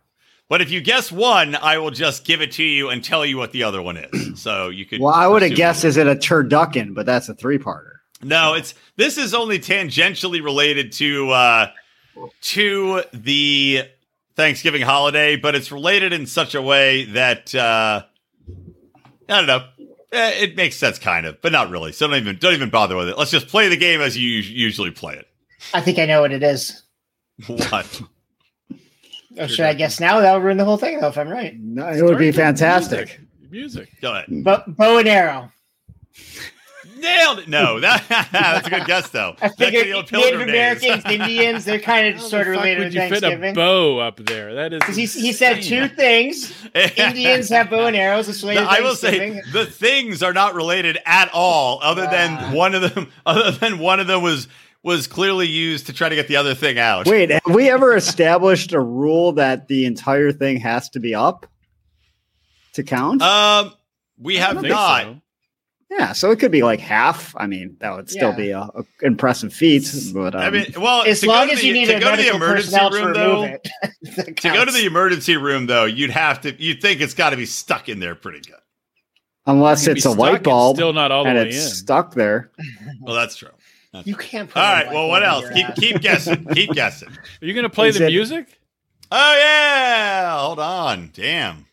But if you guess one, I will just give it to you and tell you what the other one is. So you could.
Well, I would have
pursue
guessed is it a turducken, but that's a three parter.
No, it's this is only tangentially related to uh to the Thanksgiving holiday, but it's related in such a way that uh I don't know. Eh, It makes sense kind of, but not really. So don't even don't even bother with it. Let's just play the game as you us- usually play it.
I think I know what it is.
What?
Oh, should I guess now? That'll ruin the whole thing, though, if I'm right.
No, it would be fantastic.
Music. Music.
Go ahead.
Bo- bow and arrow.
Nailed it. No, that, that's a good guess though.
I
Back to
figured
the old
Native
Pilgrim days.
Americans, Indians, they're kind of
How
sort
the
of
fuck
related
would
to
you fit a
Thanksgiving.
bow up there? That is.
Because he, he said two
insane.
things. Indians have bow and arrows. It's related
No,
to
I will say
Thanksgiving.
the things are not related at all, other than
Ah.
one of them. Other than one of them was was clearly used to try to get the other thing out.
Wait, have we ever established a rule that the entire thing has to be up to count?
Um, we
I
have
don't think
not.
so.
yeah, so it could be like half. I mean, that would still
Yeah.
be a, a impressive feat. But um,
I mean, well,
As
uh, to go
long
to
as
the-
you need
to
a
go to the
medical
emergency
personnel to
room,
remove
though.
it. that
To go to
counts.
the emergency room, though, you'd have to. You'd think it's got to be stuck in there pretty good.
unless
You'd be
it's a
stuck,
light
it's
bulb
still not all the
and
way
it's
in.
stuck there,
Well, that's true.
You can't. Put
All
a
right.
white
Well, what
boy in
else?
your
Keep keep
ass.
guessing. Keep guessing.
Are you going to play
Is
the
it-
music?
Oh yeah. Hold on. Damn.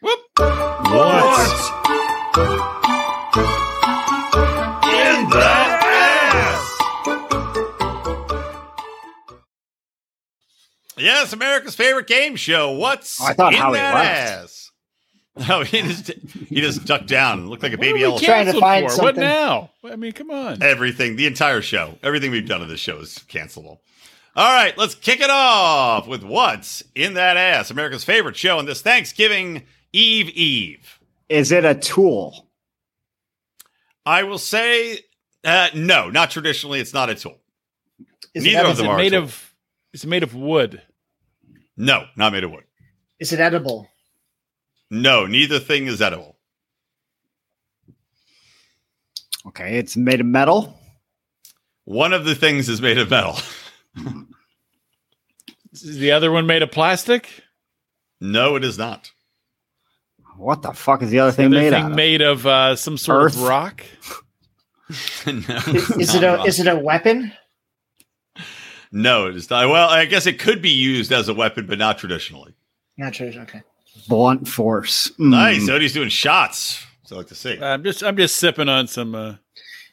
Whoop.
What? In the ass?
Yes, America's favorite game show. What's
Oh, I thought
in
Howie
that
left.
ass? Oh, he just he just ducked down. and Looked like a
What are
baby
we
elephant.
Trying to
canceled
find
for? What
something.
now? I mean, come on.
Everything, the entire show, everything we've done in this show is cancelable. All right, let's kick it off with what's in that ass? America's favorite show on this Thanksgiving Eve Eve.
is it a tool?
I will say, uh, no, not traditionally. It's not a tool.
Is
Neither
it,
of
edi-
Is it
them are
made
tool.
of? It's made of wood.
No, not made of wood.
Is it edible?
No, neither thing is edible.
Okay, it's made of metal.
One of the things is made of metal.
Is the other one made of plastic?
No, it is not.
What the fuck is the other
The
thing
other
made
thing
out of?
made of uh, some sort
Earth?
of rock.
no,
Is, is it a is it a weapon?
No, it is not. Well, I guess it could be used as a weapon, but not traditionally.
Not sure. Okay.
Blunt force. Mm.
Nice. Odie's doing shots. So I like to see.
I'm just I'm just sipping on some. Uh,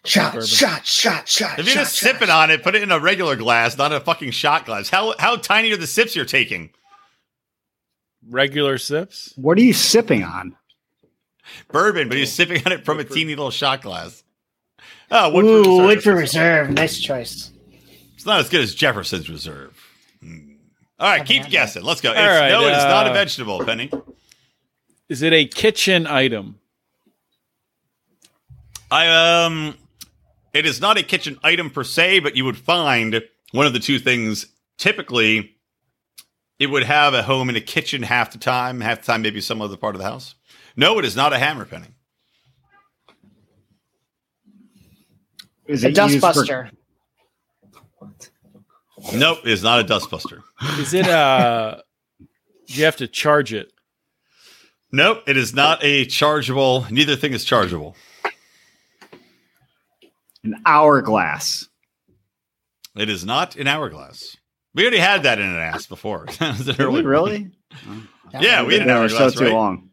Shot,
Bourbon.
shot, shot, shot.
if you
shot,
just
shot.
sip it on it, put it in a regular glass, not a fucking shot glass. How how tiny are the sips you're taking?
regular sips.
What are you sipping on?
Bourbon, but he's sipping on it from a teeny little shot glass. Oh, Woodford
Ooh,
Reserve.
Woodford Reserve. Nice choice.
It's not as good as Jefferson's Reserve. Hmm. All right, keep guessing. Let's go. It's,
right,
no, it is not a
uh,
vegetable, Penny.
Is it a kitchen item?
I um, It is not a kitchen item per se, but you would find one of the two things typically. It would have a home in a kitchen half the time, half the time maybe some other part of the house. No, it is not a hammer penny.
Is
A
it used for-
dustbuster.
Nope, it is not a dustbuster.
Is it uh do you have to charge it?
Nope, it is not a chargeable. Neither thing is chargeable.
an hourglass.
It is not an hourglass. We already had that in an ass before. That was an
Did we
early-
really?
Yeah, we had an
Yeah, we're
hourglass,
so too
right?
long.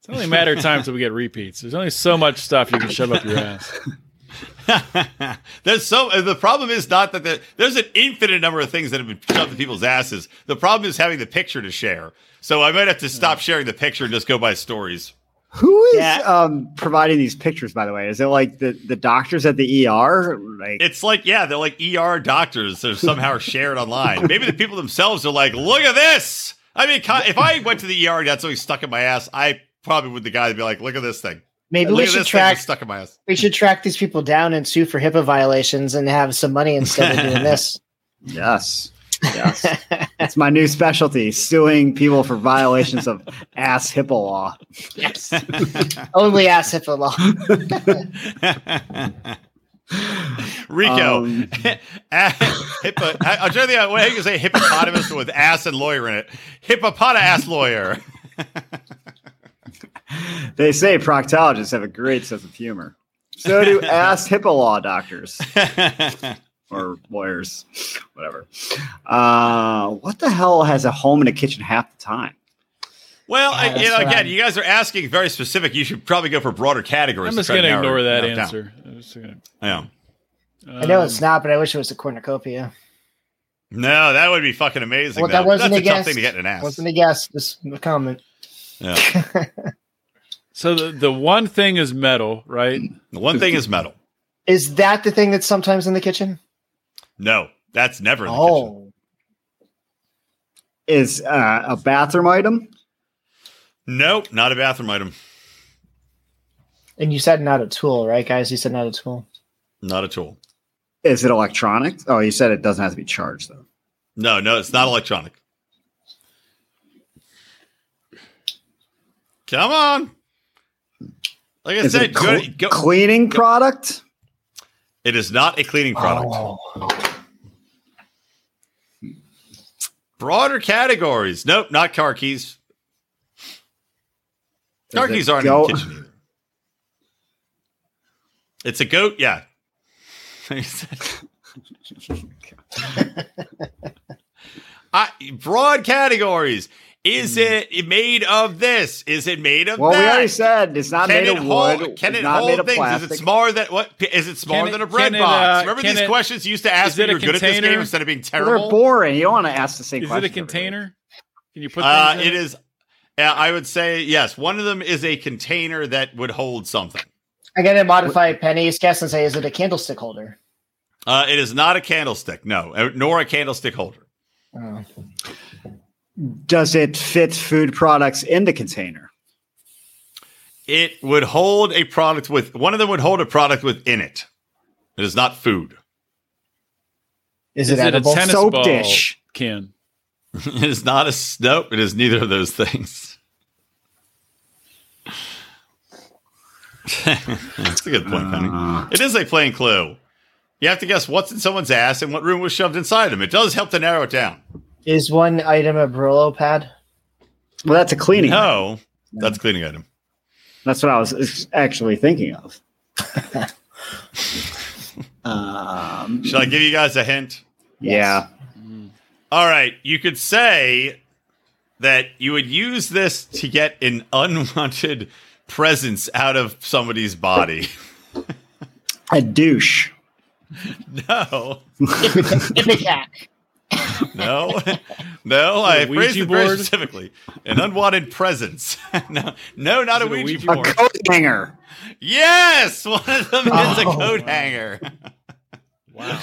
It's only a matter of time till we get repeats. There's only so much stuff you can shove up your ass.
there's so uh, the problem is not that the, there's an infinite number of things that have been shoved in people's asses. The problem is having the picture to share. So I might have to stop sharing the picture and just go by stories.
Who is
Yeah.
um, providing these pictures? By the way, is it like the, the doctors at the ER? Like,
It's like yeah, they're like ER doctors that are somehow shared online. Maybe the people themselves are like, look at this. I mean, co- if I went to the ER and got something stuck in my ass, I probably would the guy would be like, look at this thing.
Maybe
Look
we
at
should
this thing that's
track
stuck in my ass.
we should track these people down and sue for HIPAA violations and have some money instead of doing this.
yes, yes, it's my new specialty: suing people for violations of ass HIPAA law. Yes.
Only ass HIPAA law.
Rico,
Um,
A- hippo, I, I'm trying to think. of- What are you gonna say? Hippopotamus but with ass and lawyer in it. Hippopota ass lawyer.
They say proctologists have a great sense of humor. So do ass HIPAA law doctors or lawyers, whatever. Uh, what the hell has a home and a kitchen half the time?
well, I,
Yeah,
you know,
that's what
again,
I'm-
you guys are asking very specific. You should probably go for broader categories.
I'm
to
just
try to
gonna
narrow
ignore
it
that
down.
answer. I'm just gonna-
Yeah.
I know
Um,
it's not, but I wish it was a cornucopia.
No, that would be fucking amazing.
Well,
though.
that wasn't
That's
a
tough
guess.
thing to get in an ass.
Wasn't a guess. Just a comment.
Yeah.
So the, the one thing is metal, right?
The One thing is metal.
Is that the thing that's sometimes in the kitchen?
No, that's never in the kitchen.
Oh,
Is uh, a bathroom item?
Nope, not a bathroom item.
and you said not a tool, right, guys? You said not a tool.
Not a tool.
Is it electronic? Oh, you said it doesn't have to be charged though.
No, no, it's not electronic. Come on. Like I
Is it a
said, go-
cl-
go-
cleaning product?
it is not a cleaning product.
Oh.
Broader categories. Nope, not car keys. Car
Is it
keys aren't
goat?
in the kitchen either. It's a goat, yeah. I, broad categories. Is it made of this? Is it made of
Hmm. Well,
that?
we already said it's not
can
made
it
of wood.
hold? Can
it's
it
not made
hold
of
things?
plastic.
Is it smaller than what? Is it smaller
Can
than
it-
a bread
can it,
box?
uh,
Remember
can
these
it-
questions you used to ask
is
when
it
you
a
were good at this game
container?
instead of being
They're
terrible?
boring. You don't want to ask the same
Is it
question.
a container? Can you put
Uh,
things in
it is. Uh, I would say yes. One of them is a container that would hold something.
I gotta modify Penny's guess and say, is it a candlestick holder?
Uh, it is not a candlestick, no, uh, nor a candlestick holder.
Oh.
Does it fit food products in the container?
It would hold a product with one of them would hold a product within it. It is not food.
Is,
Is
it
it a
edible?
tennis
Soap
ball
dish.
can?
it is not a s- nope. It is neither of those things. That's a good point, Penny. It is like playing Clue. You have to guess what's in someone's ass and what room was shoved inside them. It does help to narrow it down.
Is one item a Brillo pad?
Well, that's a cleaning. item.
No, that's a cleaning item.
That's what I was actually thinking of. um,
Shall I give you guys a hint?
Yeah.
All right, you could say that you would use this to get an unwanted presence out of somebody's body.
A douche.
No,
Ipecac.
no, no. I
Ouija
phrased it very
board?
specifically. An unwanted presence. no, no, not a
it a
Ouija,
Ouija
A
board.
board?
coat hanger.
Yes, one of them is a
Oh,
coat hanger.
Wow.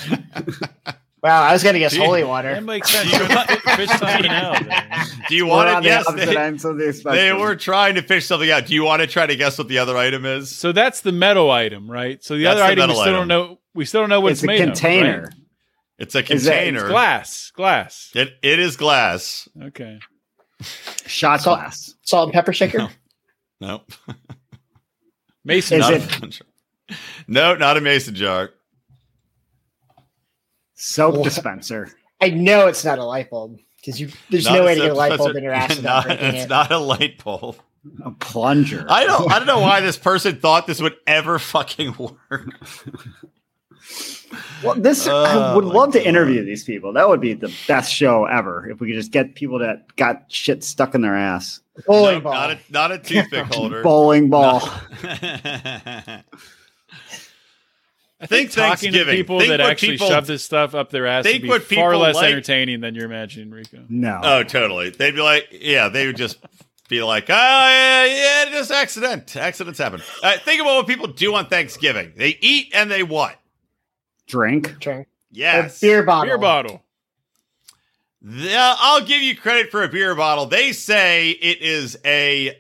Wow, I was gonna guess
Gee.
holy
That
water.
makes sense. You're not fish something out. there.
Do you
We're
want
on
to
the
guess?
opposite
They,
ends of the spectrum.
they were trying to fish something out. Do you want to try to guess what the other item is?
So that's the metal item, right? So the
That's
other
the
item we
metal
still
item.
don't know We still don't know what it's,
it's a
made
container.
of. right?
It's a
Is that-
container.
It's glass. Glass.
It- it is glass.
Okay.
Shot
So-
glass.
Salt and pepper shaker.
No. No.
Mason.
Is
not
it-
A, no, not a mason jar.
Soap
What?
dispenser.
I know it's not a light bulb because you. There's
Not
no way to get a
soap
light bulb
dispenser.
in your ass without
Not-
breaking
It's
it.
not a light bulb.
A plunger.
I don't. I don't know why this person thought this would ever fucking work.
Well, this I
Oh,
would
my
love to
God.
interview these people. That would be the best show ever if we could just get people that got shit stuck in their ass.
Bowling
No,
ball.
Not a not a toothpick holder.
Bowling ball.
I
I
think
talking to
Thanksgiving.
people
Think
that
what
actually
people-
shove this stuff up their ass
Think
would be
what
far
people
less
like-
entertaining than you're imagining, Rico.
No.
Oh, totally. They'd be like, yeah, they would just be like, oh, yeah, yeah, just accident. Accidents happen. Uh, think about what people do on Thanksgiving. They eat and they what?
Drink.
Drink. A
Yes.
beer bottle.
Beer bottle.
The- I'll give you credit for a beer bottle. They say it is a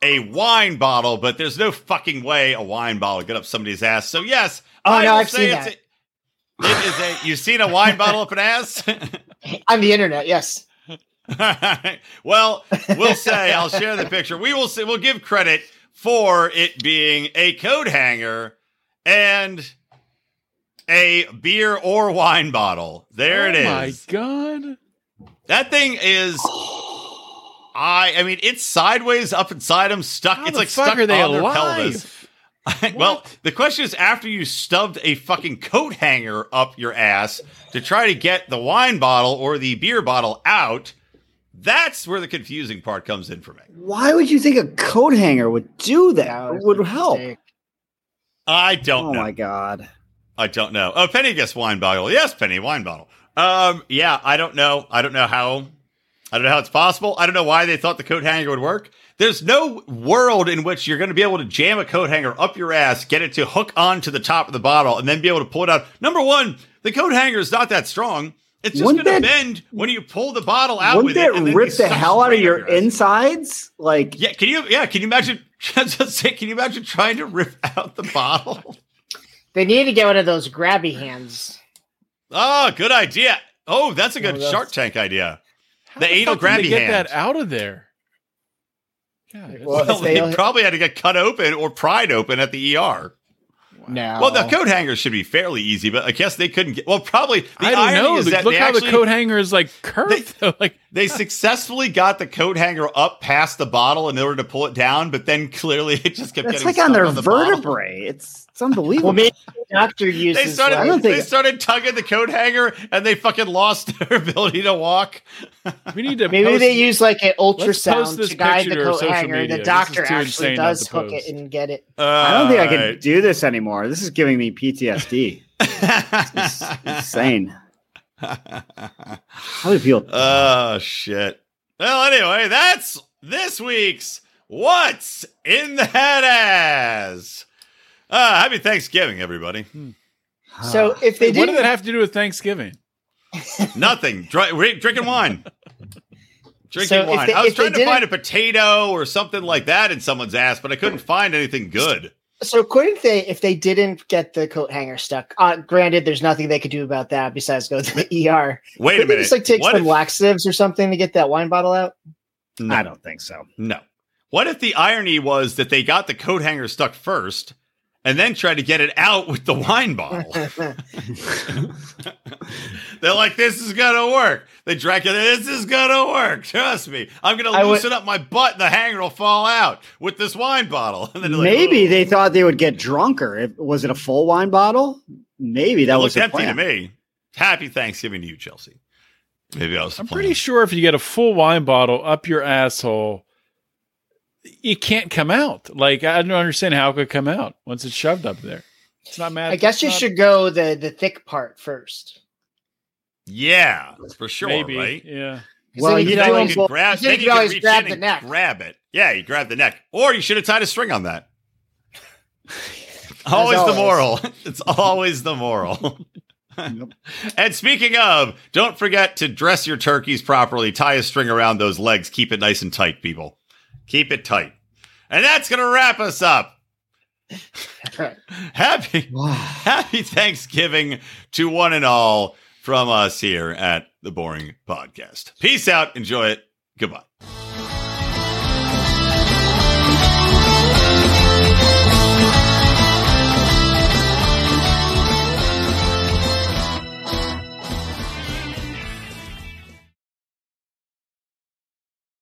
a wine bottle, but there's no fucking way a wine bottle get up somebody's ass. So yes,
Oh,
I
no,
will
I've
say
seen
it's A, it is a. You've seen a wine bottle up an ass.
On the internet, yes.
well, we'll say I'll share the picture. We will say we'll give credit for it being a coat hanger and a beer or wine bottle. There it is.
Oh my god.
That thing is. I I mean it's sideways up inside them stuck.
How
it's
the
like
fuck
stuck
are they
on
alive?
their pelvis. well, the question is after you stubbed a fucking coat hanger up your ass to try to get the wine bottle or the beer bottle out, that's where the confusing part comes in for me.
Why would you think a coat hanger would do that? It would help.
I don't
Oh
know.
my god.
I don't know. Oh, Penny guessed wine bottle. Yes, Penny, wine bottle. Um, yeah, I don't know. I don't know how. I don't know how it's possible. I don't know why they thought the coat hanger would work. There's no world in which you're going to be able to jam a coat hanger up your ass, get it to hook onto the top of the bottle, and then be able to pull it out. Number one, the coat hanger is not that strong. It's just going
Wouldn't
to
that-
bend when you pull the bottle out. with
Wouldn't
it,
that
and then
rip
it
the
sucks
hell out
right
of
up
your
ass.
insides? Like
Yeah, can you? Yeah, can you imagine? Just say, can you imagine trying to rip out the bottle?
They need to get one of those grabby hands.
Oh, good idea. Oh, that's a good
One of those.
Shark Tank idea.
How
The anal
fuck did they
grabby
get
hand.
that out of there. God, that's-
Well,
Well,
if they
they
only-
probably had to get cut open or pried open at the ER.
No.
Well, the coat hanger should be fairly easy, but I guess they couldn't get. Well, probably. The
I don't
irony
know.
Is
The-
that
look
they
how
actually,
the coat hanger is like curved. though. like
They successfully got the coat hanger up past the bottle in order to pull it down, but then clearly it just kept
that's
getting
like
stuck
on their
the bottle.
vertebrae. It's it's unbelievable.
Well, maybe the doctor uses.
They started.
I don't think-
they started tugging the coat hanger, and they fucking lost their ability to walk.
we need to
Maybe
post-
they use like an
Let's post
ultrasound
this
to guide the
picture to our
coat
social
hanger.
media.
The
This
doctor
is too
actually
insane not
does
to
hook it
post.
and get it.
I don't think I can do this anymore. This is giving me PTSD. It's insane. How do you feel?
Oh shit. Well, anyway, that's this week's What's in the Head As. Uh, happy Thanksgiving, everybody.
So if they
What did
didn't,
that have to do with Thanksgiving?
Nothing. Dri- re- drinking wine. Drinking
So if
wine.
they-
I was
if they
trying to
didn't-
find a potato or something like that in someone's ass, but I couldn't find anything good.
so couldn't they? If they didn't get the coat hanger stuck, uh, granted, there's nothing they could do about that besides go to the ER.
Wait a
Couldn't they
minute.
just like take
What
some
if-
laxatives or something to get that wine bottle out?
No.
I don't think so.
No. What if the irony was that they got the coat hanger stuck first and then tried to get it out with the wine bottle? They're like, this is gonna work. They drank it. This is gonna work. Trust me. I'm gonna
I would-
loosen up my butt, and the hanger will fall out with this wine bottle. And then they're like, oh.
Maybe
"Ooh,
they thought they would get drunker. If, was it a full wine bottle? Maybe that
it
was
looked
the
empty to
plan.
me. Happy Thanksgiving to you, Chelsea. Maybe I was.
I'm pretty sure if you get a full wine bottle up your asshole, it can't come out. Like I don't understand how it could come out once it's shoved up there. It's not mad.
I guess you
it's not-
should go the the thick part first.
Yeah, for sure.
Maybe.
Right.
Yeah.
'Cause
Well,
then
you
could
Then
know,
always-
you can grab,
you
then you
think you could
can
always
reach
grab
in
the
and
neck.
grab it. Yeah, you grab the neck, or you should have tied a string on that. always,
always.
the moral. It's always the moral. and speaking of, don't forget to dress your turkeys properly. Tie a string around those legs. Keep it nice and tight, people. Keep it tight. And that's going to wrap us up
Right.
Happy Happy Thanksgiving to one and all from us here at the Boring Podcast. Peace out. Enjoy it. Goodbye.